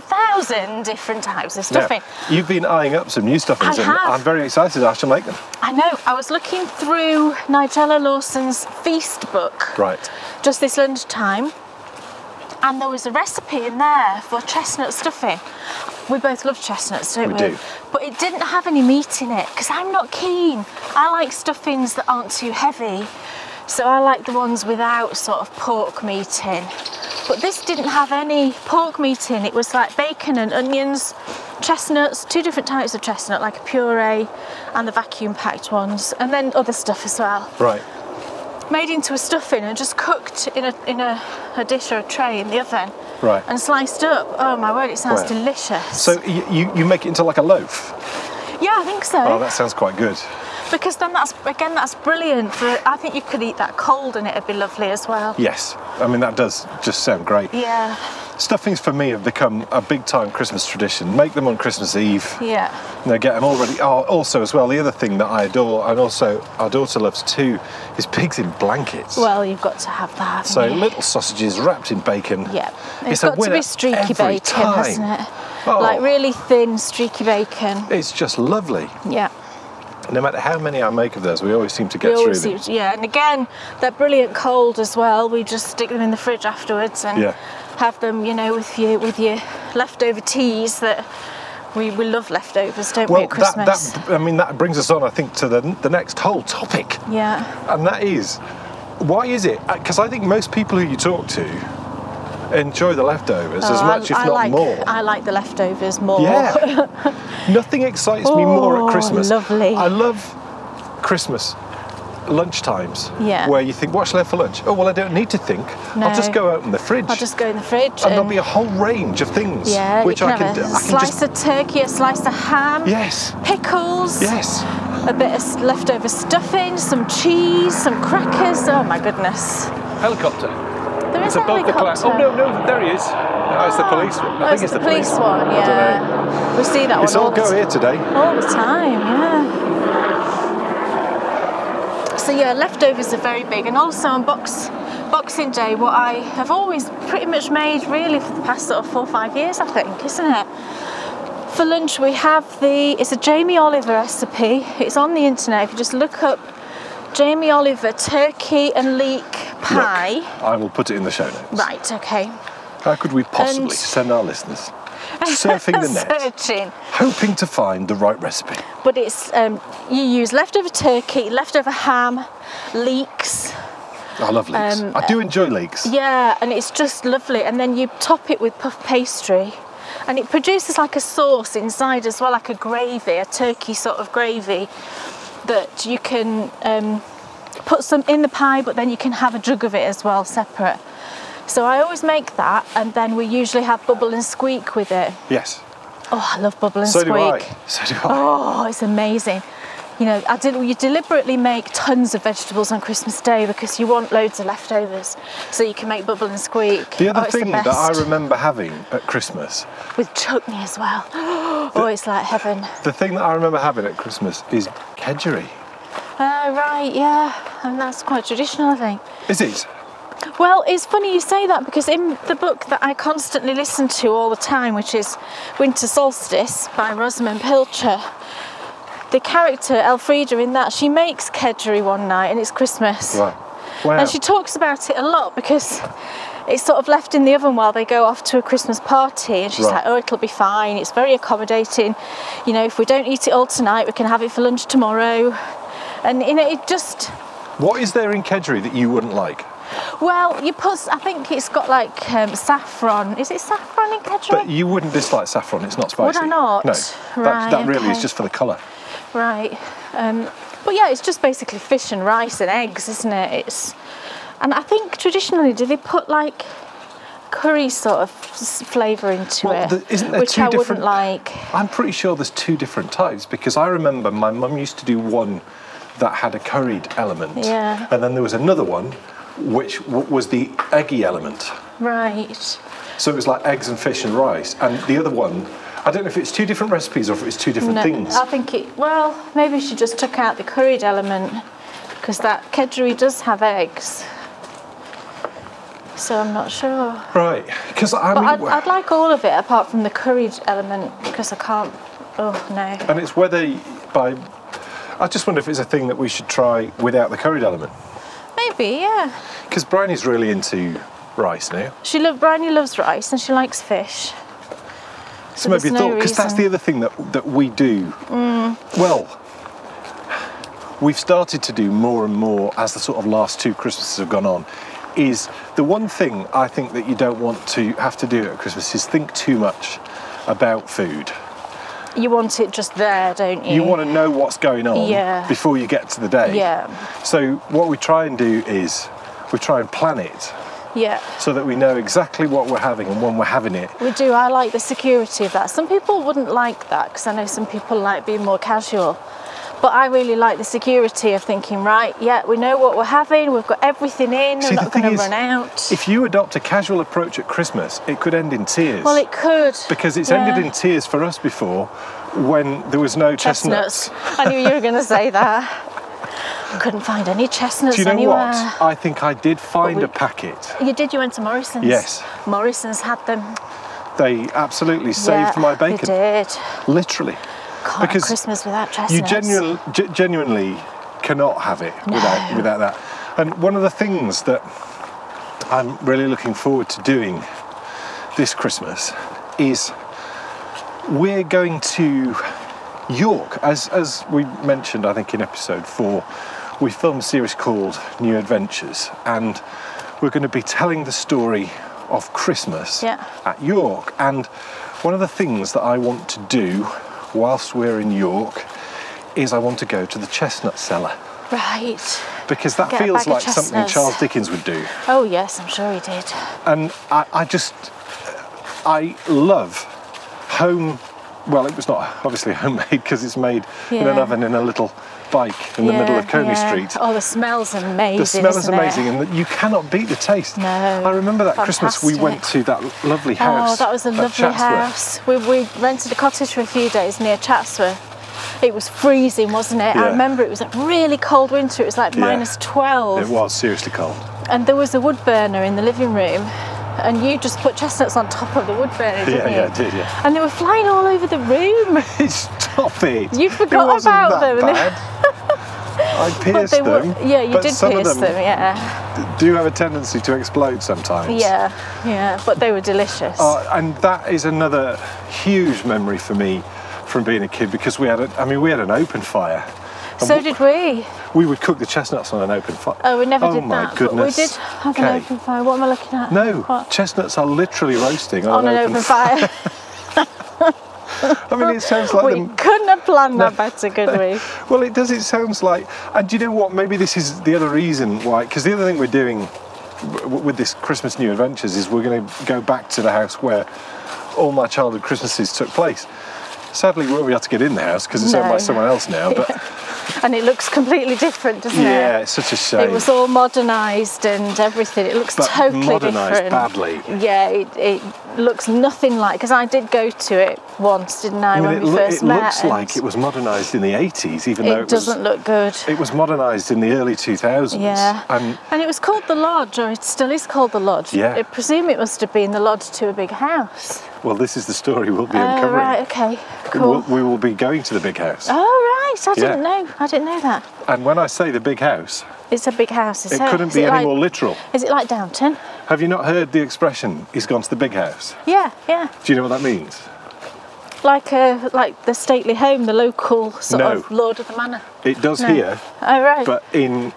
Speaker 1: 25,000 different types of stuffing.
Speaker 2: Now, you've been eyeing up some new stuffings,
Speaker 1: I
Speaker 2: and
Speaker 1: have.
Speaker 2: I'm very excited. I shall make them.
Speaker 1: I know, I was looking through Nigella Lawson's feast book
Speaker 2: Right.
Speaker 1: just this lunchtime, and there was a recipe in there for chestnut stuffing. We both love chestnuts, don't
Speaker 2: We
Speaker 1: we?
Speaker 2: do.
Speaker 1: But it didn't have any meat in it because I'm not keen. I like stuffings that aren't too heavy. So I like the ones without sort of pork meat in. But this didn't have any pork meat in. It was like bacon and onions, chestnuts, two different types of chestnut, like a puree and the vacuum packed ones, and then other stuff as well.
Speaker 2: Right.
Speaker 1: Made into a stuffing and just cooked in a in a, a dish or a tray in the oven.
Speaker 2: Right.
Speaker 1: And sliced up. Oh my word, it sounds
Speaker 2: Wow.
Speaker 1: delicious.
Speaker 2: So y- you, you make it into like a loaf.
Speaker 1: yeah, I think so.
Speaker 2: Oh, that sounds quite good.
Speaker 1: Because then that's again that's brilliant. For, I think you could eat that cold and it'd be lovely as well.
Speaker 2: Yes. I mean, that does just sound great.
Speaker 1: Yeah,
Speaker 2: Stuffings for me have become a big time Christmas tradition. Make them on Christmas Eve.
Speaker 1: yeah,
Speaker 2: You know, get them all ready. Oh, also, as well, the other thing that I adore, and also our daughter loves too, is pigs in blankets.
Speaker 1: Well, you've got to have that. haven't
Speaker 2: So
Speaker 1: you?
Speaker 2: little sausages wrapped in bacon.
Speaker 1: yeah, it's
Speaker 2: it's a
Speaker 1: got to
Speaker 2: winner
Speaker 1: be streaky
Speaker 2: every
Speaker 1: bacon,
Speaker 2: time.
Speaker 1: hasn't it?
Speaker 2: Oh.
Speaker 1: Like really thin streaky bacon.
Speaker 2: It's just lovely.
Speaker 1: Yeah,
Speaker 2: No matter how many I make of those, we always seem to
Speaker 1: we
Speaker 2: get through
Speaker 1: always
Speaker 2: them.
Speaker 1: use, yeah, and again they're brilliant cold as well. We just stick them in the fridge afterwards and
Speaker 2: Yeah.
Speaker 1: have them, you know, with your with your leftover teas that. We, we love leftovers, don't we,
Speaker 2: Well,
Speaker 1: at Christmas?
Speaker 2: that, that I mean that brings us on, I think, to the the next whole topic,
Speaker 1: yeah.
Speaker 2: and that is why is it? Because I think most people who you talk to enjoy the leftovers as
Speaker 1: Oh, I-
Speaker 2: much, if
Speaker 1: I
Speaker 2: not
Speaker 1: like,
Speaker 2: more.
Speaker 1: I like the leftovers more.
Speaker 2: Yeah. Nothing excites me more
Speaker 1: Oh,
Speaker 2: at Christmas.
Speaker 1: lovely.
Speaker 2: I love Christmas lunchtimes
Speaker 1: Yeah.
Speaker 2: where you think, what shall I have for lunch? Oh, well, I don't need to think.
Speaker 1: No.
Speaker 2: I'll just go open the fridge.
Speaker 1: I'll just go in the fridge
Speaker 2: and
Speaker 1: and,
Speaker 2: there'll be a whole range of things
Speaker 1: yeah,
Speaker 2: which
Speaker 1: you
Speaker 2: I
Speaker 1: can
Speaker 2: can
Speaker 1: have
Speaker 2: do.
Speaker 1: a
Speaker 2: I can
Speaker 1: slice
Speaker 2: just,
Speaker 1: of turkey, a slice of ham,
Speaker 2: yes,
Speaker 1: pickles,
Speaker 2: yes.
Speaker 1: a bit of s- leftover stuffing, some cheese, some crackers. Oh my goodness,
Speaker 2: Helicopter.
Speaker 1: there is
Speaker 2: It's
Speaker 1: a
Speaker 2: above the cloud.
Speaker 1: helicopter.
Speaker 2: Oh, no, no, there he is. Oh, it's the police one. I
Speaker 1: Oh,
Speaker 2: think
Speaker 1: it's the, police, one.
Speaker 2: I don't know.
Speaker 1: Yeah, we see that
Speaker 2: It's
Speaker 1: one
Speaker 2: all
Speaker 1: all, the
Speaker 2: go
Speaker 1: t-
Speaker 2: here today.
Speaker 1: all the time. Yeah. So yeah, leftovers are very big, and also on box. Boxing Day, what I have always pretty much made really for the past sort of four or five years, I think, isn't it? For lunch, we have the. It's a Jamie Oliver recipe. It's on the internet. If you just look up Jamie Oliver turkey and leek pie.
Speaker 2: I will put it in the show notes.
Speaker 1: Right. Okay.
Speaker 2: How could we possibly
Speaker 1: And-
Speaker 2: send our listeners surfing the net,
Speaker 1: Searching.
Speaker 2: hoping to find the right recipe?
Speaker 1: But it's um, you use leftover turkey, leftover ham, leeks.
Speaker 2: I love leeks.
Speaker 1: Um,
Speaker 2: I do enjoy leeks.
Speaker 1: Yeah, and it's just lovely. And then you top it with puff pastry. And it produces like a sauce inside as well, like a gravy, a turkey sort of gravy that you can um, put some in the pie, but then you can have a jug of it as well, separate. So I always make that, and then we usually have bubble and squeak with it.
Speaker 2: Yes.
Speaker 1: Oh, I love bubble and
Speaker 2: So
Speaker 1: squeak.
Speaker 2: do I. So do I.
Speaker 1: Oh, it's amazing. You know, I did, you deliberately make tons of vegetables on Christmas Day because you want loads of leftovers, so you can make bubble and squeak.
Speaker 2: The other
Speaker 1: oh, it's
Speaker 2: thing
Speaker 1: the
Speaker 2: that I
Speaker 1: best.
Speaker 2: remember having at Christmas,
Speaker 1: with chutney as well. oh, it's like heaven.
Speaker 2: the thing that I remember having at Christmas is kedgeree.
Speaker 1: Oh, right, yeah, and that's quite traditional, I think.
Speaker 2: Is it?
Speaker 1: Well, it's funny you say that because in the book that I constantly listen to all the time, which is Winter Solstice by Rosamund Pilcher, the character Elfrida in that she makes kedgeree one night and it's Christmas.
Speaker 2: Wow. Wow.
Speaker 1: And she talks about it a lot because it's sort of left in the oven while they go off to a Christmas party. And she's
Speaker 2: Right.
Speaker 1: like, oh, it'll be fine. It's very accommodating. You know, if we don't eat it all tonight, we can have it for lunch tomorrow. And, you know, it just,
Speaker 2: what is there in kedgeree that you wouldn't like?
Speaker 1: well, you put, I think it's got like um, saffron. Is it saffron in
Speaker 2: But
Speaker 1: kedgeree?
Speaker 2: you wouldn't dislike saffron. It's not spicy.
Speaker 1: Would I not?
Speaker 2: No. that
Speaker 1: Right,
Speaker 2: that really is
Speaker 1: okay.
Speaker 2: just for the colour.
Speaker 1: right. Um, but yeah, it's just basically fish and rice and eggs, isn't it? It's, and I think traditionally, do they put like curry sort of s- flavour into
Speaker 2: Well,
Speaker 1: it?
Speaker 2: the- isn't there
Speaker 1: which
Speaker 2: two
Speaker 1: I
Speaker 2: different-
Speaker 1: wouldn't like.
Speaker 2: I'm pretty sure there's two different types because I remember my mum used to do one that had a curried element,
Speaker 1: Yeah.
Speaker 2: and then there was another one which w- was the eggy element.
Speaker 1: Right.
Speaker 2: So it was like eggs and fish and rice, and the other one, I don't know if it's two different recipes or if it's two different
Speaker 1: No,
Speaker 2: things.
Speaker 1: I think it. Well, maybe she just took out the curried element because that kedgeree does have eggs. So I'm not sure.
Speaker 2: Right, because I
Speaker 1: But
Speaker 2: mean,
Speaker 1: I'd, I'd like all of it apart from the curried element because I can't. Oh no.
Speaker 2: and it's whether y- by. I just wonder if it's a thing that we should try without the curried element,
Speaker 1: Maybe yeah.
Speaker 2: because Brian is really into rice now.
Speaker 1: She love Bryony loves rice and she likes fish.
Speaker 2: So
Speaker 1: But
Speaker 2: maybe
Speaker 1: there's
Speaker 2: thought
Speaker 1: no
Speaker 2: because that's the
Speaker 1: reason.
Speaker 2: other thing that that we do. Well, we've started to do more and more as the sort of last two Christmases have gone on is the one thing I think that you don't want to have to do at Christmas is think too much about food.
Speaker 1: You want it just there, don't you?
Speaker 2: You want to know what's going on
Speaker 1: Yeah.
Speaker 2: before you get to the day.
Speaker 1: Yeah.
Speaker 2: So what we try and do is we try and plan it
Speaker 1: Yeah.
Speaker 2: so that we know exactly what we're having and when we're having it.
Speaker 1: We do. I like the security of that. Some people wouldn't like that because I know some people like being more casual. But I really like the security of thinking, right, yeah, we know what we're having, we've got everything in,
Speaker 2: See,
Speaker 1: we're
Speaker 2: the
Speaker 1: not going
Speaker 2: thing
Speaker 1: to
Speaker 2: is,
Speaker 1: run out.
Speaker 2: If you adopt a casual approach at Christmas, it could end in tears.
Speaker 1: well, it could.
Speaker 2: because it's
Speaker 1: yeah.
Speaker 2: ended in tears for us before when there was no chestnuts.
Speaker 1: chestnuts. I knew you were going to say that. Couldn't find any chestnuts
Speaker 2: Do you know
Speaker 1: anywhere.
Speaker 2: what? I think I did find
Speaker 1: we-
Speaker 2: a packet.
Speaker 1: You did. You went to Morrison's.
Speaker 2: Yes.
Speaker 1: Morrison's had them.
Speaker 2: They absolutely saved
Speaker 1: Yeah,
Speaker 2: my
Speaker 1: They
Speaker 2: bacon,
Speaker 1: did.
Speaker 2: literally.
Speaker 1: Can't have
Speaker 2: Because
Speaker 1: Christmas without chestnuts.
Speaker 2: You genuinely, ge- genuinely cannot have it without,
Speaker 1: No.
Speaker 2: without that. And one of the things that I'm really looking forward to doing this Christmas is we're going to York. As, as we mentioned, I think in episode four, we filmed a series called New Adventures, and we're going to be telling the story of Christmas
Speaker 1: Yeah.
Speaker 2: at York. And one of the things that I want to do whilst we're in York is I want to go to the chestnut cellar
Speaker 1: Right.
Speaker 2: because that
Speaker 1: Get a
Speaker 2: feels
Speaker 1: bag of
Speaker 2: like something
Speaker 1: chestnuts.
Speaker 2: Charles Dickens would do.
Speaker 1: Oh yes, I'm sure he did.
Speaker 2: and I, I just I love home. Well, it was not obviously homemade because it's made in an
Speaker 1: Yeah.
Speaker 2: oven in a little bike in the middle of
Speaker 1: Yeah,
Speaker 2: Coney
Speaker 1: yeah.
Speaker 2: Street.
Speaker 1: Oh, the smell's amazing.
Speaker 2: The smell is
Speaker 1: isn't it?
Speaker 2: amazing, and you cannot beat the taste.
Speaker 1: No,
Speaker 2: I remember that Christmas we went to that lovely house.
Speaker 1: Oh, that was a
Speaker 2: at
Speaker 1: lovely
Speaker 2: Chatsworth.
Speaker 1: house. We, we rented a cottage for a few days near Chatsworth. It was freezing, wasn't it?
Speaker 2: Yeah.
Speaker 1: I remember it was a really cold winter. It was like
Speaker 2: Yeah.
Speaker 1: minus 12.
Speaker 2: It was seriously cold.
Speaker 1: And there was a wood burner in the living room, and you just put chestnuts on top of the wood burner, didn't
Speaker 2: Yeah,
Speaker 1: you?
Speaker 2: yeah, I did, yeah.
Speaker 1: And they were flying all over the room.
Speaker 2: Stop it!
Speaker 1: You
Speaker 2: It
Speaker 1: forgot
Speaker 2: wasn't
Speaker 1: about
Speaker 2: that
Speaker 1: them.
Speaker 2: bad. I
Speaker 1: But
Speaker 2: pierced
Speaker 1: they were,
Speaker 2: them.
Speaker 1: yeah, you
Speaker 2: but
Speaker 1: did
Speaker 2: some
Speaker 1: pierce
Speaker 2: of
Speaker 1: them,
Speaker 2: them,
Speaker 1: yeah.
Speaker 2: do have a tendency to explode sometimes.
Speaker 1: Yeah, yeah, but they were delicious.
Speaker 2: Uh, and that is another huge memory for me from being a kid because we had, a, I mean, we had an open fire. And
Speaker 1: so
Speaker 2: we,
Speaker 1: did we.
Speaker 2: we would cook the chestnuts on an open fire.
Speaker 1: Oh, we never
Speaker 2: oh
Speaker 1: did
Speaker 2: my
Speaker 1: that. But
Speaker 2: Goodness.
Speaker 1: we did have an
Speaker 2: Okay.
Speaker 1: open fire. What am I looking at?
Speaker 2: No,
Speaker 1: What?
Speaker 2: chestnuts are literally roasting on,
Speaker 1: On an open fire.
Speaker 2: fire. I mean, it sounds like
Speaker 1: we
Speaker 2: them.
Speaker 1: couldn't have planned that better, could we?
Speaker 2: Well, it does. It sounds like. And do you know what? Maybe this is the other reason why. Because the other thing we're doing w- with this Christmas New Adventures is we're going to go back to the house where all my childhood Christmases took place. Sadly, we won't be able to get in the house because it's owned by
Speaker 1: No.
Speaker 2: someone else now. But
Speaker 1: And it looks completely different, doesn't
Speaker 2: yeah,
Speaker 1: it?
Speaker 2: it's such a shame.
Speaker 1: It was all modernised and everything. It looks
Speaker 2: But
Speaker 1: totally
Speaker 2: modernised
Speaker 1: different.
Speaker 2: badly.
Speaker 1: Yeah, it, it looks nothing like. Because I did go to it once, didn't I,
Speaker 2: I mean,
Speaker 1: when
Speaker 2: it,
Speaker 1: we
Speaker 2: loo-
Speaker 1: first
Speaker 2: it
Speaker 1: met?
Speaker 2: looks
Speaker 1: and
Speaker 2: like it was modernised in the 80s, even
Speaker 1: It
Speaker 2: though it
Speaker 1: doesn't
Speaker 2: was.
Speaker 1: look good.
Speaker 2: It was modernised in the early 2000s.
Speaker 1: Yeah.
Speaker 2: And
Speaker 1: And it was called the lodge, or it still is called the lodge.
Speaker 2: Yeah.
Speaker 1: I presume it must have been the lodge to a big house.
Speaker 2: well, this is the story we'll be
Speaker 1: Oh,
Speaker 2: uncovering.
Speaker 1: right. Okay. Cool.
Speaker 2: We'll, we will be going to the big house.
Speaker 1: Oh right, I didn't
Speaker 2: Yeah.
Speaker 1: know. I didn't know that.
Speaker 2: And when I say the big house,
Speaker 1: It's a big house. Is
Speaker 2: it couldn't
Speaker 1: is
Speaker 2: be
Speaker 1: it
Speaker 2: any
Speaker 1: like,
Speaker 2: more literal.
Speaker 1: Is it like Downton?
Speaker 2: Have you not heard the expression, he's gone to the big house?
Speaker 1: Yeah, yeah.
Speaker 2: Do you know what that means?
Speaker 1: Like a like the stately home, the local sort
Speaker 2: No.
Speaker 1: of lord of the manor.
Speaker 2: It does
Speaker 1: No.
Speaker 2: here,
Speaker 1: Oh right.
Speaker 2: but in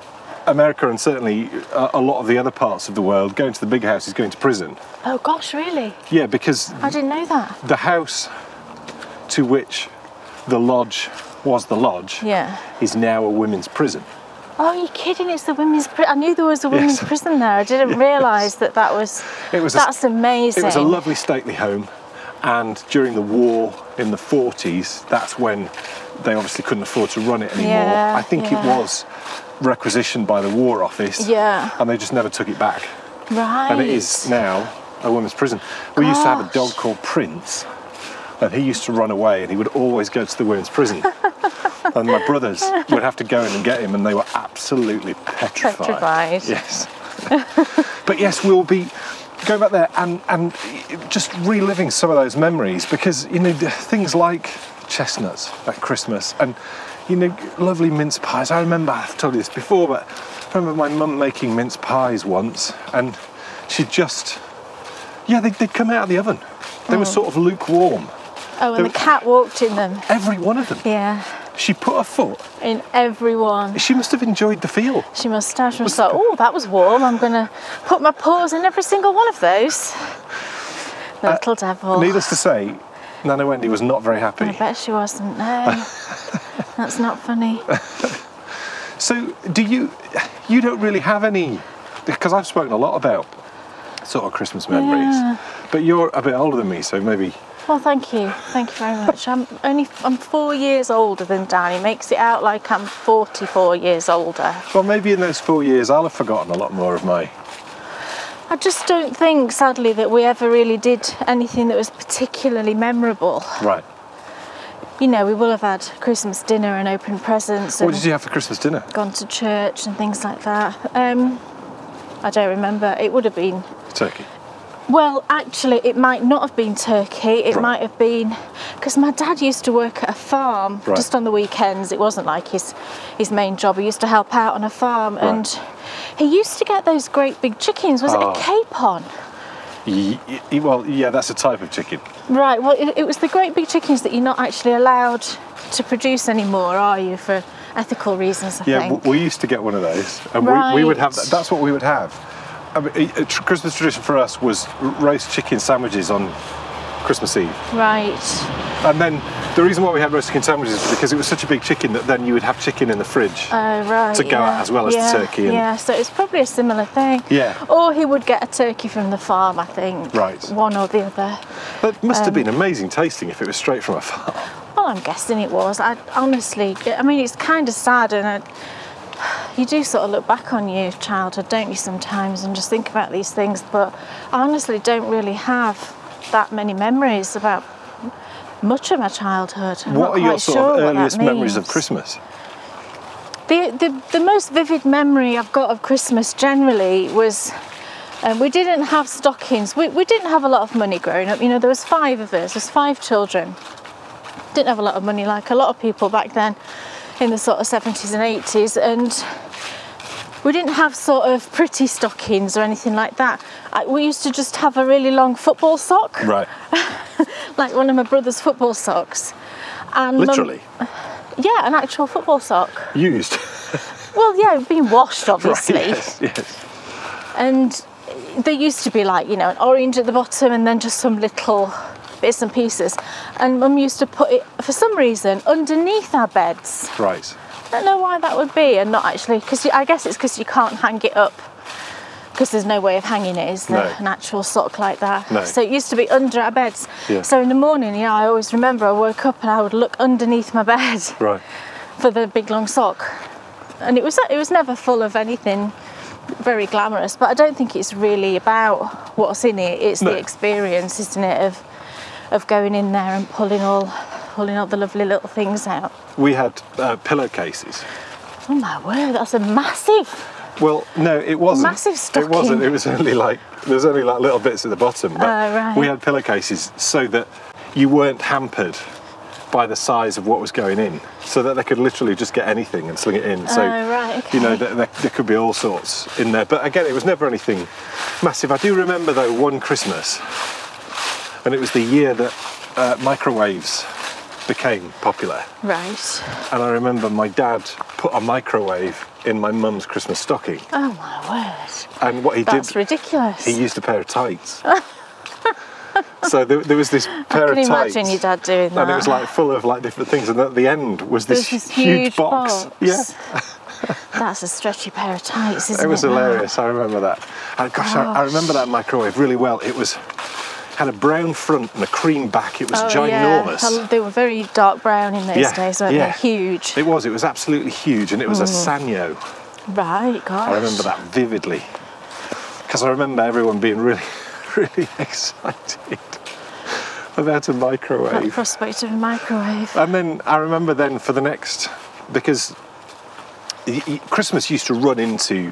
Speaker 2: America and certainly a, a lot of the other parts of the world, going to the big house is going to prison.
Speaker 1: oh gosh, really?
Speaker 2: Yeah, because
Speaker 1: I didn't know that.
Speaker 2: the house to which the lodge was the lodge
Speaker 1: Yeah.
Speaker 2: is now a women's prison.
Speaker 1: Oh, are you kidding? It's the women's. Pri- I knew there was a women's
Speaker 2: Yes.
Speaker 1: prison there. I didn't realise that that was.
Speaker 2: It was a-
Speaker 1: That's amazing.
Speaker 2: It was a lovely stately home, and during the war in the 40s, that's when they obviously couldn't afford to run it anymore.
Speaker 1: Yeah,
Speaker 2: I think it
Speaker 1: yeah.
Speaker 2: was requisitioned by the War Office,
Speaker 1: Yeah.
Speaker 2: and they just never took it back.
Speaker 1: Right.
Speaker 2: And it is now a women's prison. We used to have a dog
Speaker 1: Gosh.
Speaker 2: called Prince, and he used to run away, and he would always go to the women's prison. and my brothers would have to go in and get him, and they were absolutely petrified.
Speaker 1: Petrified.
Speaker 2: Yes. but yes, we'll be going back there and, and just reliving some of those memories because, you know, the things like chestnuts at Christmas and, you know, lovely mince pies. I remember, I've told you this before, but I remember my mum making mince pies once and she just, yeah, they, they'd come out of the oven. They were sort of lukewarm,
Speaker 1: Oh, and the cat walked in them.
Speaker 2: every one of them.
Speaker 1: Yeah.
Speaker 2: She put her foot.
Speaker 1: in everyone.
Speaker 2: She must have enjoyed the feel.
Speaker 1: She must have. She must have thought, oh, that was warm. I'm going to put my paws in every single one of those.
Speaker 2: Uh,
Speaker 1: The little devil.
Speaker 2: Needless to say, Nana Wendy was not very
Speaker 1: I
Speaker 2: happy.
Speaker 1: bet she wasn't. No. That's not funny.
Speaker 2: So, do you? You don't really have any, because I've spoken a lot about sort of Christmas memories.
Speaker 1: Yeah.
Speaker 2: But you're a bit older than me, so maybe
Speaker 1: Well, thank you. Thank you very much. I'm only I'm four years older than Dan. He makes it out like I'm 44 years older.
Speaker 2: Well, maybe in those four years, I'll have forgotten a lot more of my.
Speaker 1: I just don't think, sadly, that we ever really did anything that was particularly memorable.
Speaker 2: Right.
Speaker 1: You know, we will have had Christmas dinner and open presents.
Speaker 2: What
Speaker 1: and-
Speaker 2: did you have for Christmas dinner?
Speaker 1: gone to church and things like that. Um, I don't remember. It would have been.
Speaker 2: Turkey.
Speaker 1: Well, actually, it might not have been turkey. It
Speaker 2: Right.
Speaker 1: might have been because my dad used to work at a farm
Speaker 2: Right.
Speaker 1: just on the weekends. It wasn't like his his main job. He used to help out on a farm, and he used to get those great big chickens. Was
Speaker 2: Ah.
Speaker 1: it a capon?
Speaker 2: Y- y- well, yeah, that's a type of chicken.
Speaker 1: Right. Well, it, it was the great big chickens that you're not actually allowed to produce anymore, are you, for ethical reasons? I
Speaker 2: Yeah,
Speaker 1: think.
Speaker 2: w- we used to get one of those, and we, we would have.
Speaker 1: Right.
Speaker 2: That's what we would have. I mean, a- a tr- Christmas tradition for us was r- roast chicken sandwiches on Christmas Eve,
Speaker 1: right.
Speaker 2: and then the reason why we had roast chicken sandwiches is because it was such a big chicken that then you would have chicken in the fridge.
Speaker 1: Oh, right.
Speaker 2: to go
Speaker 1: yeah.
Speaker 2: at as well as the
Speaker 1: yeah,
Speaker 2: turkey and-
Speaker 1: Yeah, so it's probably a similar thing.
Speaker 2: Yeah.
Speaker 1: Or he would get a turkey from the farm, I think.
Speaker 2: Right.
Speaker 1: One or the other.
Speaker 2: that must
Speaker 1: um,
Speaker 2: have been amazing tasting if it was straight from a farm.
Speaker 1: Well, I'm guessing it was. I honestly, I mean, it's kind of sad, and I, you do sort of look back on your childhood, don't you, sometimes, and just think about these things. But I honestly don't really have that many memories about much of my childhood. I'm
Speaker 2: what
Speaker 1: not
Speaker 2: are your
Speaker 1: quite
Speaker 2: sort
Speaker 1: sure
Speaker 2: of
Speaker 1: what that
Speaker 2: earliest memories of
Speaker 1: means.
Speaker 2: Christmas?
Speaker 1: The, the, the most vivid memory I've got of Christmas generally was um, we didn't have stockings. We, we didn't have a lot of money growing up. You know, there was five of us, there's five children. Didn't have a lot of money like a lot of people back then in the sort of 70s and 80s. And we didn't have sort of pretty stockings or anything like that. I, we used to just have a really long football sock,
Speaker 2: Right,
Speaker 1: like one of my brother's football socks. And mum-
Speaker 2: literally
Speaker 1: yeah, an actual football sock.
Speaker 2: used.
Speaker 1: Well, yeah, being washed, obviously.
Speaker 2: right, yes, yes.
Speaker 1: And there used to be like, you know, an orange at the bottom and then just some little bits and pieces. And mum used to put it, for some reason, underneath our beds.
Speaker 2: Right.
Speaker 1: I don't know why that would be, and not actually, because I guess it's because you can't hang it up. Because there's no way of hanging it, is there?
Speaker 2: No.
Speaker 1: An actual sock like that.
Speaker 2: No.
Speaker 1: So it used to be under our beds.
Speaker 2: Yeah.
Speaker 1: So in the morning, you know, I always remember I woke up and I would look underneath my bed
Speaker 2: Right.
Speaker 1: for the big long sock, and it was it was never full of anything very glamorous. But I don't think it's really about what's in it. It's
Speaker 2: No.
Speaker 1: the experience, isn't it, of of going in there and pulling all pulling all the lovely little things out.
Speaker 2: We had uh, pillowcases.
Speaker 1: Oh my word, that's a massive.
Speaker 2: Well, no, it wasn't.
Speaker 1: Massive
Speaker 2: It wasn't.
Speaker 1: stocking.
Speaker 2: It was only like there's only like little bits at the bottom. But
Speaker 1: Oh, right.
Speaker 2: we had pillowcases so that you weren't hampered by the size of what was going in, so that they could literally just get anything and sling it in. So
Speaker 1: Oh, right,
Speaker 2: you know
Speaker 1: okay.
Speaker 2: there, there, there could be all sorts in there. But again, it was never anything massive. I do remember though one Christmas, and it was the year that uh, microwaves became popular.
Speaker 1: Right.
Speaker 2: And I remember my dad put a microwave in my mum's Christmas stocking.
Speaker 1: Oh my word.
Speaker 2: And what he
Speaker 1: That's
Speaker 2: did,
Speaker 1: ridiculous.
Speaker 2: he used a pair of tights. so there, there was this
Speaker 1: I
Speaker 2: pair
Speaker 1: can
Speaker 2: of tights.
Speaker 1: imagine your dad doing that.
Speaker 2: and it was like full of like different things, and at the end was
Speaker 1: There
Speaker 2: this,
Speaker 1: was this
Speaker 2: huge, box. Yeah,
Speaker 1: That's a stretchy pair of tights, isn't it?
Speaker 2: it was
Speaker 1: now?
Speaker 2: hilarious. I remember that. And gosh, I, I remember that microwave really well. It was had a brown front and a cream back. It was
Speaker 1: Oh, yeah.
Speaker 2: ginormous.
Speaker 1: Hell, They were very dark brown in those
Speaker 2: Yeah,
Speaker 1: days, weren't
Speaker 2: yeah.
Speaker 1: they? Huge.
Speaker 2: It was. It was absolutely huge, and it was a Sanyo.
Speaker 1: Right, Oh. gosh.
Speaker 2: I remember that vividly because I remember everyone being really, really excited about a
Speaker 1: That
Speaker 2: microwave.
Speaker 1: prospect of a microwave.
Speaker 2: And then I remember then for the next because y- y- Christmas used to run into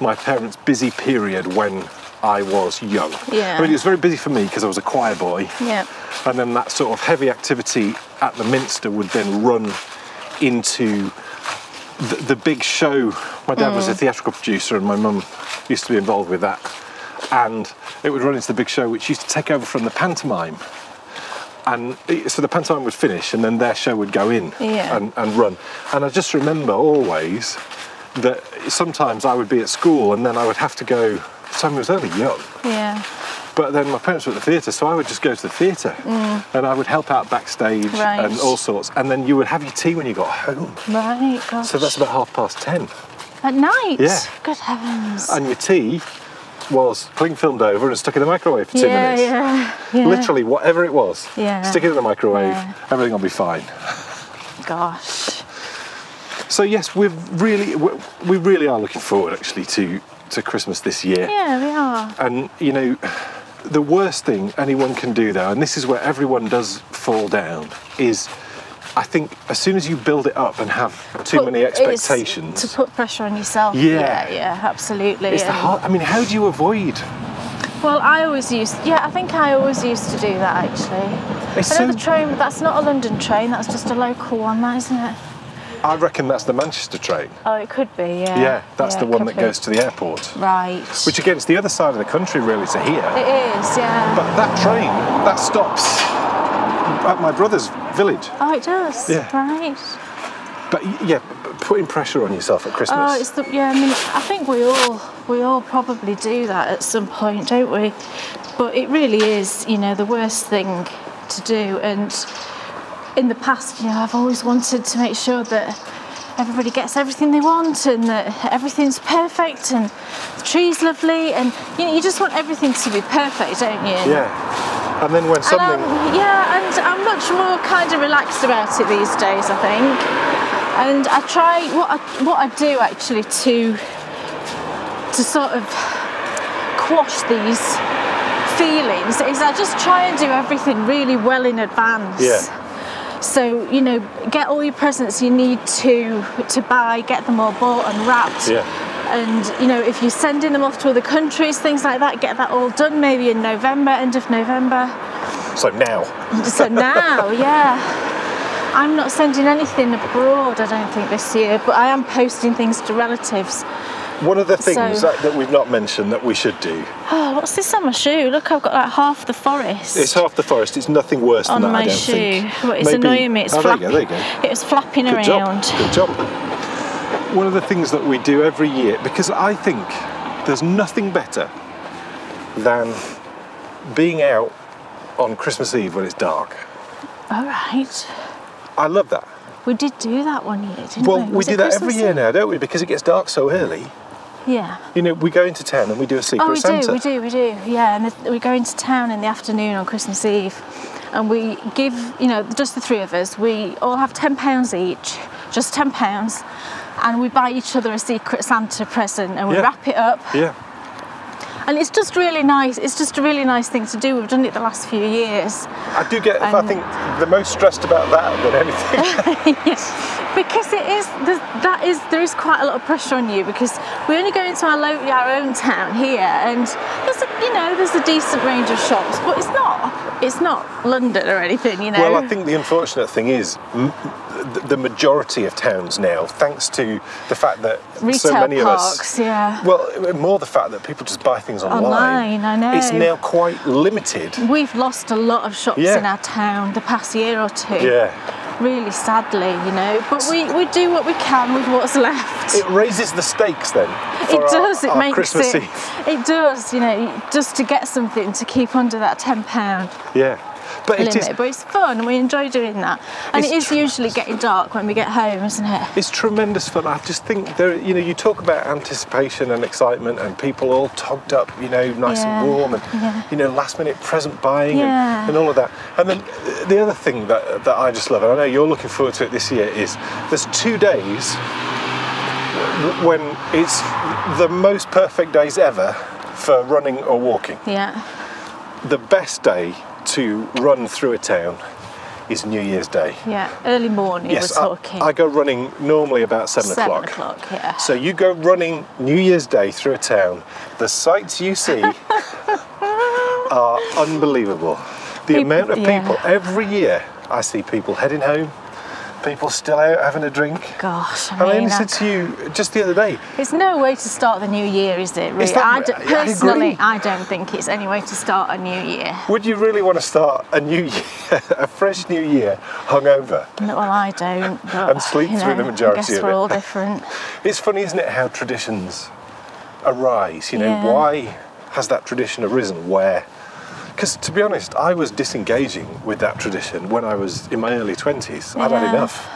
Speaker 2: my parents' busy period when I was young.
Speaker 1: Yeah.
Speaker 2: I mean, it was very busy for me because I was a choir boy.
Speaker 1: yeah.
Speaker 2: And then that sort of heavy activity at the Minster would then run into the, the big show. My dad was a theatrical producer, and my mum used to be involved with that. And it would run into the big show, which used to take over from the pantomime. And it- so the pantomime would finish, and then their show would go in
Speaker 1: Yeah.
Speaker 2: and, and run. And I just remember always that sometimes I would be at school, and then I would have to go. Simon was only young,
Speaker 1: Yeah.
Speaker 2: but then my parents were at the theatre, so I would just go to the theatre, and I would help out backstage
Speaker 1: Mm. Right.
Speaker 2: and all sorts. And then you would have your tea when you got home.
Speaker 1: Right. Gosh.
Speaker 2: So that's about half past ten.
Speaker 1: at night.
Speaker 2: Yeah.
Speaker 1: Good heavens.
Speaker 2: And your tea was cling filmed over and stuck in the microwave for two
Speaker 1: yeah,
Speaker 2: minutes.
Speaker 1: yeah. Yeah.
Speaker 2: Literally, whatever it was,
Speaker 1: Yeah.
Speaker 2: stick it in the microwave,
Speaker 1: Yeah.
Speaker 2: everything will be fine.
Speaker 1: Gosh.
Speaker 2: So yes, we're really we we really are looking forward actually to to Christmas this year.
Speaker 1: Yeah, we are.
Speaker 2: And you know, the worst thing anyone can do though, and this is where everyone does fall down, is I think as soon as you build it up and have too
Speaker 1: Put-
Speaker 2: many
Speaker 1: it's
Speaker 2: expectations,
Speaker 1: To put pressure on yourself. Yeah,
Speaker 2: Yeah.
Speaker 1: yeah, absolutely.
Speaker 2: it's the
Speaker 1: And-
Speaker 2: hard. I mean, how do you avoid?
Speaker 1: Well, I always used. Yeah, I think I always used to do that actually.
Speaker 2: It's
Speaker 1: Another
Speaker 2: so-
Speaker 1: train, but that's not a London train. That's just a local one, that isn't it?
Speaker 2: I reckon that's the Manchester train.
Speaker 1: Oh, it could be. Yeah.
Speaker 2: Yeah, that's
Speaker 1: Yeah,
Speaker 2: the
Speaker 1: it
Speaker 2: one
Speaker 1: could
Speaker 2: that
Speaker 1: be.
Speaker 2: goes to the airport.
Speaker 1: Right.
Speaker 2: Which again, it's the other side of the country really to here.
Speaker 1: it is. Yeah.
Speaker 2: But that train, that stops at my brother's village.
Speaker 1: oh, it does.
Speaker 2: Yeah.
Speaker 1: Right.
Speaker 2: But y- yeah, b- putting pressure on yourself at Christmas.
Speaker 1: Oh, it's the yeah. I mean, I think we all we all probably do that at some point, don't we? But it really is, you know, the worst thing to do. And in the past, you know, I've always wanted to make sure that everybody gets everything they want and that everything's perfect and the tree's lovely and you know, you just want everything to be perfect, don't you?
Speaker 2: yeah. And then when something.
Speaker 1: And um, yeah, and I'm much more kind of relaxed about it these days, I think. And I try what I what I do actually to to sort of quash these feelings is I just try and do everything really well in advance.
Speaker 2: Yeah.
Speaker 1: So you know, get all your presents you need to to buy, get them all bought and wrapped.
Speaker 2: Yeah.
Speaker 1: And you know, if you're sending them off to other countries, things like that, get that all done maybe in November, end of November.
Speaker 2: So now.
Speaker 1: So now, yeah. I'm not sending anything abroad, I don't think, this year, but I am posting things to relatives.
Speaker 2: One of the things
Speaker 1: So-
Speaker 2: that, that we've not mentioned that we should do.
Speaker 1: Oh, what's this on my shoe? Look, I've got like half the forest.
Speaker 2: It's half the forest, it's nothing worse
Speaker 1: on
Speaker 2: than that, I
Speaker 1: my
Speaker 2: don't
Speaker 1: shoe.
Speaker 2: think.
Speaker 1: Well, it's
Speaker 2: Maybe-
Speaker 1: annoying me. It's
Speaker 2: oh, there you
Speaker 1: flapping.
Speaker 2: go, there you go.
Speaker 1: It was flapping
Speaker 2: Good
Speaker 1: around.
Speaker 2: job. Good job. One of the things that we do every year, because I think there's nothing better than being out on Christmas Eve when it's dark.
Speaker 1: All right.
Speaker 2: I love that.
Speaker 1: We did do that one year, didn't
Speaker 2: Well,
Speaker 1: we?
Speaker 2: we
Speaker 1: Mm, Was
Speaker 2: do
Speaker 1: it
Speaker 2: that every
Speaker 1: Christmas
Speaker 2: year
Speaker 1: Eve?
Speaker 2: now, don't we? Because it gets dark so early.
Speaker 1: Yeah.
Speaker 2: You know, we go into town and we do a secret
Speaker 1: Oh, we
Speaker 2: Santa.
Speaker 1: do, we do, we do. Yeah, and the, we go into town in the afternoon on Christmas Eve, and we give, you know, just the three of us. We all have ten pounds each, just ten pounds, and we buy each other a secret Santa present, and we
Speaker 2: Yeah.
Speaker 1: wrap it up.
Speaker 2: Yeah.
Speaker 1: And it's just really nice. It's just a really nice thing to do. We've done it the last few years.
Speaker 2: I do get, I
Speaker 1: And-
Speaker 2: think, the most stressed about that than anything.
Speaker 1: Because it is there's- that is there is quite a lot of pressure on you because we only go into our local, our own town here, and there's a, you know there's a decent range of shops, but it's not it's not London or anything, you know.
Speaker 2: well, I think the unfortunate thing is m- th- the majority of towns now, thanks to the fact that so
Speaker 1: retail
Speaker 2: many
Speaker 1: parks,
Speaker 2: of us.
Speaker 1: yeah.
Speaker 2: Well, more the fact that people just buy things online.
Speaker 1: Online, I
Speaker 2: It's
Speaker 1: know.
Speaker 2: now quite limited.
Speaker 1: We've lost a lot of shops
Speaker 2: Yeah.
Speaker 1: in our town the past year or two.
Speaker 2: Yeah.
Speaker 1: Really sadly, you know, but we, we do what we can with what's left.
Speaker 2: It raises the stakes then.
Speaker 1: It
Speaker 2: for our-
Speaker 1: does. It
Speaker 2: our
Speaker 1: makes
Speaker 2: Christmas
Speaker 1: it.
Speaker 2: Eve.
Speaker 1: It does. You know, just to get something to keep under that ten pound
Speaker 2: Yeah. But it
Speaker 1: limit.
Speaker 2: is,
Speaker 1: but it's fun. and We enjoy doing that, and
Speaker 2: It's
Speaker 1: it's
Speaker 2: true.
Speaker 1: usually getting dark when we get home, isn't it?
Speaker 2: It's tremendous fun. I just think there, you know, you talk about anticipation and excitement, and people all togged up, you know, nice and
Speaker 1: Yeah,
Speaker 2: warm, and
Speaker 1: yeah.
Speaker 2: you know, last minute present buying,
Speaker 1: Yeah.
Speaker 2: and, and all of that. And then uh, the other thing that that I just love, and I know you're looking forward to it this year, is there's two days w- when it's the most perfect days ever for running or walking.
Speaker 1: Yeah,
Speaker 2: The best day to run through a town is New Year's Day.
Speaker 1: yeah. Early morning.
Speaker 2: Yes,
Speaker 1: we're
Speaker 2: I,
Speaker 1: talking.
Speaker 2: I go running normally about seven,
Speaker 1: Seven o'clock. Yeah.
Speaker 2: so you go running New Year's Day through a town. The sights you see are unbelievable. The
Speaker 1: People-
Speaker 2: amount of
Speaker 1: yeah.
Speaker 2: people every year I see people heading home. people still out having a drink.
Speaker 1: Gosh, I
Speaker 2: Oh, And I
Speaker 1: mean,
Speaker 2: only
Speaker 1: I-
Speaker 2: said to you just the other day,
Speaker 1: it's no way to start the new year, is it? Really?
Speaker 2: that-
Speaker 1: I d-
Speaker 2: I agree.
Speaker 1: personally, I don't think it's any way to start a new year.
Speaker 2: would you really want to start a new year, a fresh new year, hungover?
Speaker 1: No, well, I don't. But,
Speaker 2: And sleep
Speaker 1: you
Speaker 2: through the
Speaker 1: know,
Speaker 2: majority
Speaker 1: I guess
Speaker 2: of
Speaker 1: we're
Speaker 2: it.
Speaker 1: all different.
Speaker 2: It's funny, isn't it, how traditions arise? You know,
Speaker 1: Yeah.
Speaker 2: why has that tradition arisen? Where? Because to be honest, I was disengaging with that tradition when I was in my early 20s. I'd had
Speaker 1: Yeah.
Speaker 2: enough.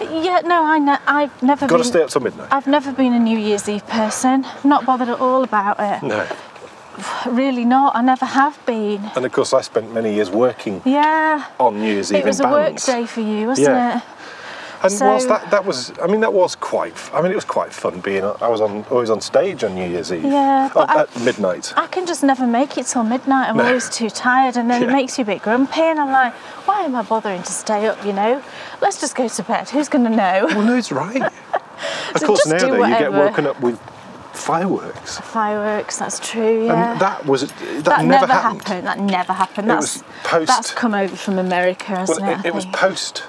Speaker 1: Yeah, no, I ne- I've never
Speaker 2: Got to
Speaker 1: been.
Speaker 2: stay up till midnight.
Speaker 1: I've never been a New Year's Eve person. Not bothered at all about it.
Speaker 2: no. Hmm.
Speaker 1: Really not. I never have been.
Speaker 2: And of course, I spent many years working
Speaker 1: Yeah.
Speaker 2: on New Year's Eve
Speaker 1: It was
Speaker 2: in
Speaker 1: a work
Speaker 2: bands.
Speaker 1: day for you, wasn't
Speaker 2: Yeah.
Speaker 1: it?
Speaker 2: And whilst
Speaker 1: so-
Speaker 2: that, that was, I mean, that was quite. f- I mean, it was quite fun being. I was on always on stage on New Year's Eve.
Speaker 1: Yeah,
Speaker 2: Oh,
Speaker 1: but I-
Speaker 2: at midnight.
Speaker 1: I can just never make it till midnight. I'm
Speaker 2: No.
Speaker 1: always too tired, and then it
Speaker 2: Yeah.
Speaker 1: makes you a bit grumpy. And I'm like, why am I bothering to stay up? You know, let's just go to bed. Who's going to know?
Speaker 2: well, no, it's right. of
Speaker 1: So
Speaker 2: course,
Speaker 1: just do
Speaker 2: now though, you get
Speaker 1: whatever.
Speaker 2: woken up with fireworks.
Speaker 1: Fireworks. That's true. Yeah.
Speaker 2: And Um, that was that,
Speaker 1: That
Speaker 2: never,
Speaker 1: happened. That never happened.
Speaker 2: It
Speaker 1: That's,
Speaker 2: was post-
Speaker 1: That's come over from America, hasn't
Speaker 2: Well,
Speaker 1: it?
Speaker 2: it,
Speaker 1: I
Speaker 2: it was
Speaker 1: think?
Speaker 2: post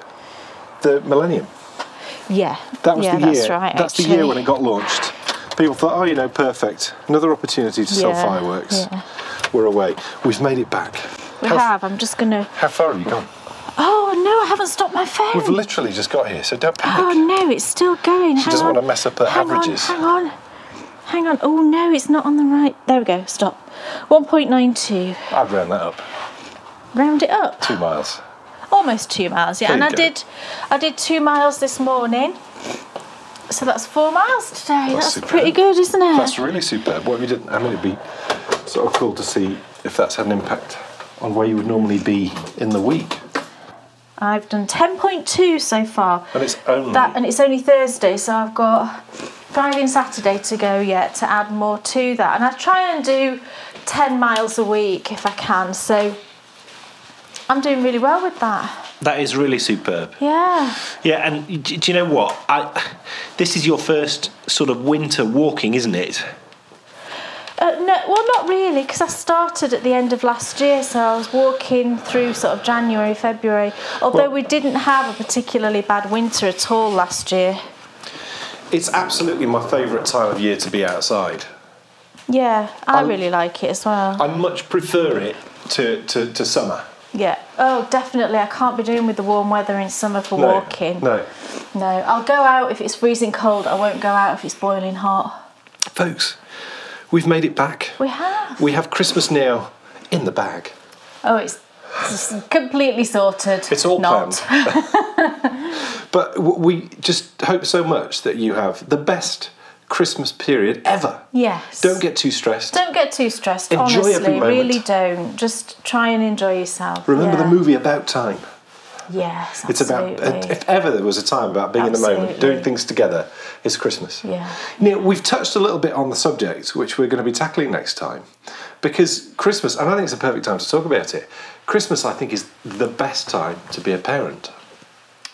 Speaker 2: the millennium.
Speaker 1: Yeah.
Speaker 2: That was
Speaker 1: yeah,
Speaker 2: the year.
Speaker 1: That's right.
Speaker 2: that's the
Speaker 1: actually.
Speaker 2: year when it got launched. People thought, oh, you know, perfect, another opportunity to sell
Speaker 1: Yeah,
Speaker 2: fireworks.
Speaker 1: yeah.
Speaker 2: We're away. We've made it back.
Speaker 1: We
Speaker 2: how,
Speaker 1: have. I'm just gonna.
Speaker 2: How far have you gone?
Speaker 1: Oh no! I haven't stopped my phone.
Speaker 2: We've literally just got here, so don't panic.
Speaker 1: Oh no! It's still going. She hang
Speaker 2: doesn't
Speaker 1: on.
Speaker 2: wanna mess up her
Speaker 1: hang
Speaker 2: averages.
Speaker 1: On, hang on. Hang on. Oh no! It's not on the right. There we go. Stop. 1.92.
Speaker 2: I'd round that up.
Speaker 1: Round it up.
Speaker 2: Two miles.
Speaker 1: Almost two miles. Yeah.
Speaker 2: There
Speaker 1: and
Speaker 2: you
Speaker 1: I
Speaker 2: go.
Speaker 1: did. I did two miles this morning. So that's four miles today. That's,
Speaker 2: That's
Speaker 1: pretty
Speaker 2: superb.
Speaker 1: good, isn't it?
Speaker 2: That's really superb. What if you didn't? I mean, it'd be sort of cool to see if that's had an impact on where you would normally be in the week.
Speaker 1: I've done 10.2 so far.
Speaker 2: And it's only
Speaker 1: That and it's only Thursday, so I've got Friday and Saturday to go yet to add more to that. And I try and do 10 miles a week if I can. So I'm doing really well with that.
Speaker 3: That is really superb.
Speaker 1: Yeah.
Speaker 3: Yeah, and d- do you know what? I, this is your first sort of winter walking, isn't it?
Speaker 1: Uh, no, well, not really, because I started at the end of last year, so I was walking through sort of January, February. Although
Speaker 2: Well-
Speaker 1: we didn't have a particularly bad winter at all last year.
Speaker 2: It's absolutely my favourite time of year to be outside.
Speaker 1: Yeah, I
Speaker 2: I'm-
Speaker 1: really like it as well.
Speaker 2: I much prefer it to, to, to summer.
Speaker 1: Yeah. Oh, definitely. I can't be doing with the warm weather in summer for walking.
Speaker 2: No.
Speaker 1: No, I'll go out if it's freezing cold. I won't go out if it's boiling hot.
Speaker 2: Folks, we've made it back.
Speaker 1: We have.
Speaker 2: We have Christmas now in the bag.
Speaker 1: Oh, it's, it's completely sorted.
Speaker 2: It's all
Speaker 1: not.
Speaker 2: planned. But w- we just hope so much that you have the best Christmas period ever.
Speaker 1: Yes.
Speaker 2: Don't get too stressed.
Speaker 1: Don't get too stressed.
Speaker 2: Enjoy every
Speaker 1: honestly,
Speaker 2: moment.
Speaker 1: really don't. Just try and enjoy yourself.
Speaker 2: Remember
Speaker 1: Yeah.
Speaker 2: the movie About Time.
Speaker 1: Yes.
Speaker 2: It's about uh,
Speaker 1: absolutely.
Speaker 2: if ever there was a time about being in the moment,
Speaker 1: Absolutely.
Speaker 2: doing things together, it's Christmas.
Speaker 1: Yeah.
Speaker 2: Now we've touched a little bit on the subject which we're going to be tackling next time, because Christmas, and I think it's a perfect time to talk about it. Christmas, I think, is the best time to be a parent.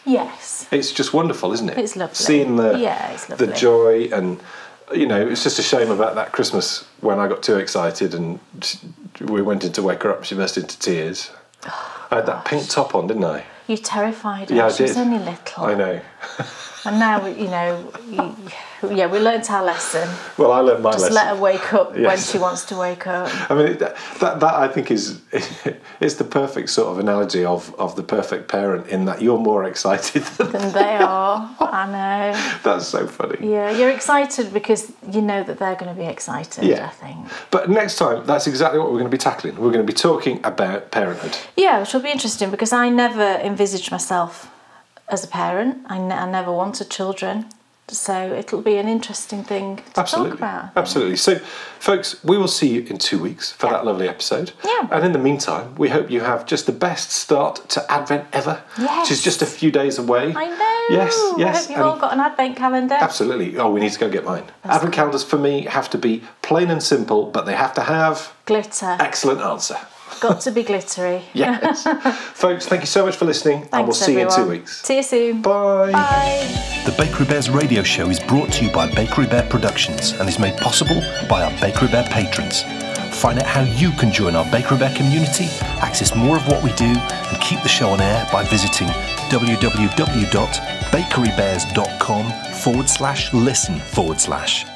Speaker 1: Yes.
Speaker 2: It's just wonderful, isn't it?
Speaker 1: It's lovely.
Speaker 2: Seeing the
Speaker 1: Yeah, it's
Speaker 2: the
Speaker 1: lovely.
Speaker 2: joy and you know, it's just a shame about that Christmas when I got too excited and we went in to wake her up. She burst into tears. I had that
Speaker 1: Oh,
Speaker 2: pink top on, didn't I?
Speaker 1: You terrified her.
Speaker 2: Yeah, I
Speaker 1: she was
Speaker 2: did.
Speaker 1: only little.
Speaker 2: I know.
Speaker 1: And now, you know, you- yeah, we learnt our lesson.
Speaker 2: Well, I learned my
Speaker 1: Just
Speaker 2: lesson.
Speaker 1: let her wake up when
Speaker 2: Yes.
Speaker 1: she wants to wake up.
Speaker 2: I mean, it- that, that that I think is it's the perfect sort of analogy of of the perfect parent in that you're more excited. Than,
Speaker 1: And they are. I know.
Speaker 2: that's so funny.
Speaker 1: Yeah, you're excited because you know that they're going to be excited,
Speaker 2: Yeah.
Speaker 1: I think.
Speaker 2: But next time, that's exactly what we're going to be tackling. We're going to be talking about parenthood.
Speaker 1: Yeah, which will be interesting because I never envisaged myself as a parent. I, ne- I never wanted children. So it'll be an interesting thing to
Speaker 2: Absolutely.
Speaker 1: talk about.
Speaker 2: Absolutely. So, folks, we will see you in two weeks for that lovely episode.
Speaker 1: Yeah.
Speaker 2: And in the meantime, we hope you have just the best start to Advent ever, which is
Speaker 1: Yes.
Speaker 2: just a few days away.
Speaker 1: I know.
Speaker 2: Yes, yes.
Speaker 1: I hope you've
Speaker 2: and-
Speaker 1: all got an advent calendar.
Speaker 2: Absolutely. Oh, we need to go get mine. Advent calendars for me have to be plain and simple, but they have to have
Speaker 1: Glitter.
Speaker 2: excellent answer.
Speaker 1: Got to be glittery.
Speaker 2: Yes. Folks, thank you so much for listening, and we'll
Speaker 1: Thanks,
Speaker 2: see you in
Speaker 1: everyone.
Speaker 2: two weeks.
Speaker 1: See you soon.
Speaker 2: Bye.
Speaker 1: Bye.
Speaker 4: The Bakery Bears radio show is brought to you by Bakery Bear Productions and is made possible by our Bakery Bear patrons. find out how you can join our Baker Bear community, access more of what we do, and keep the show on air by visiting www.bakerybears.com forward slash listen forward slash.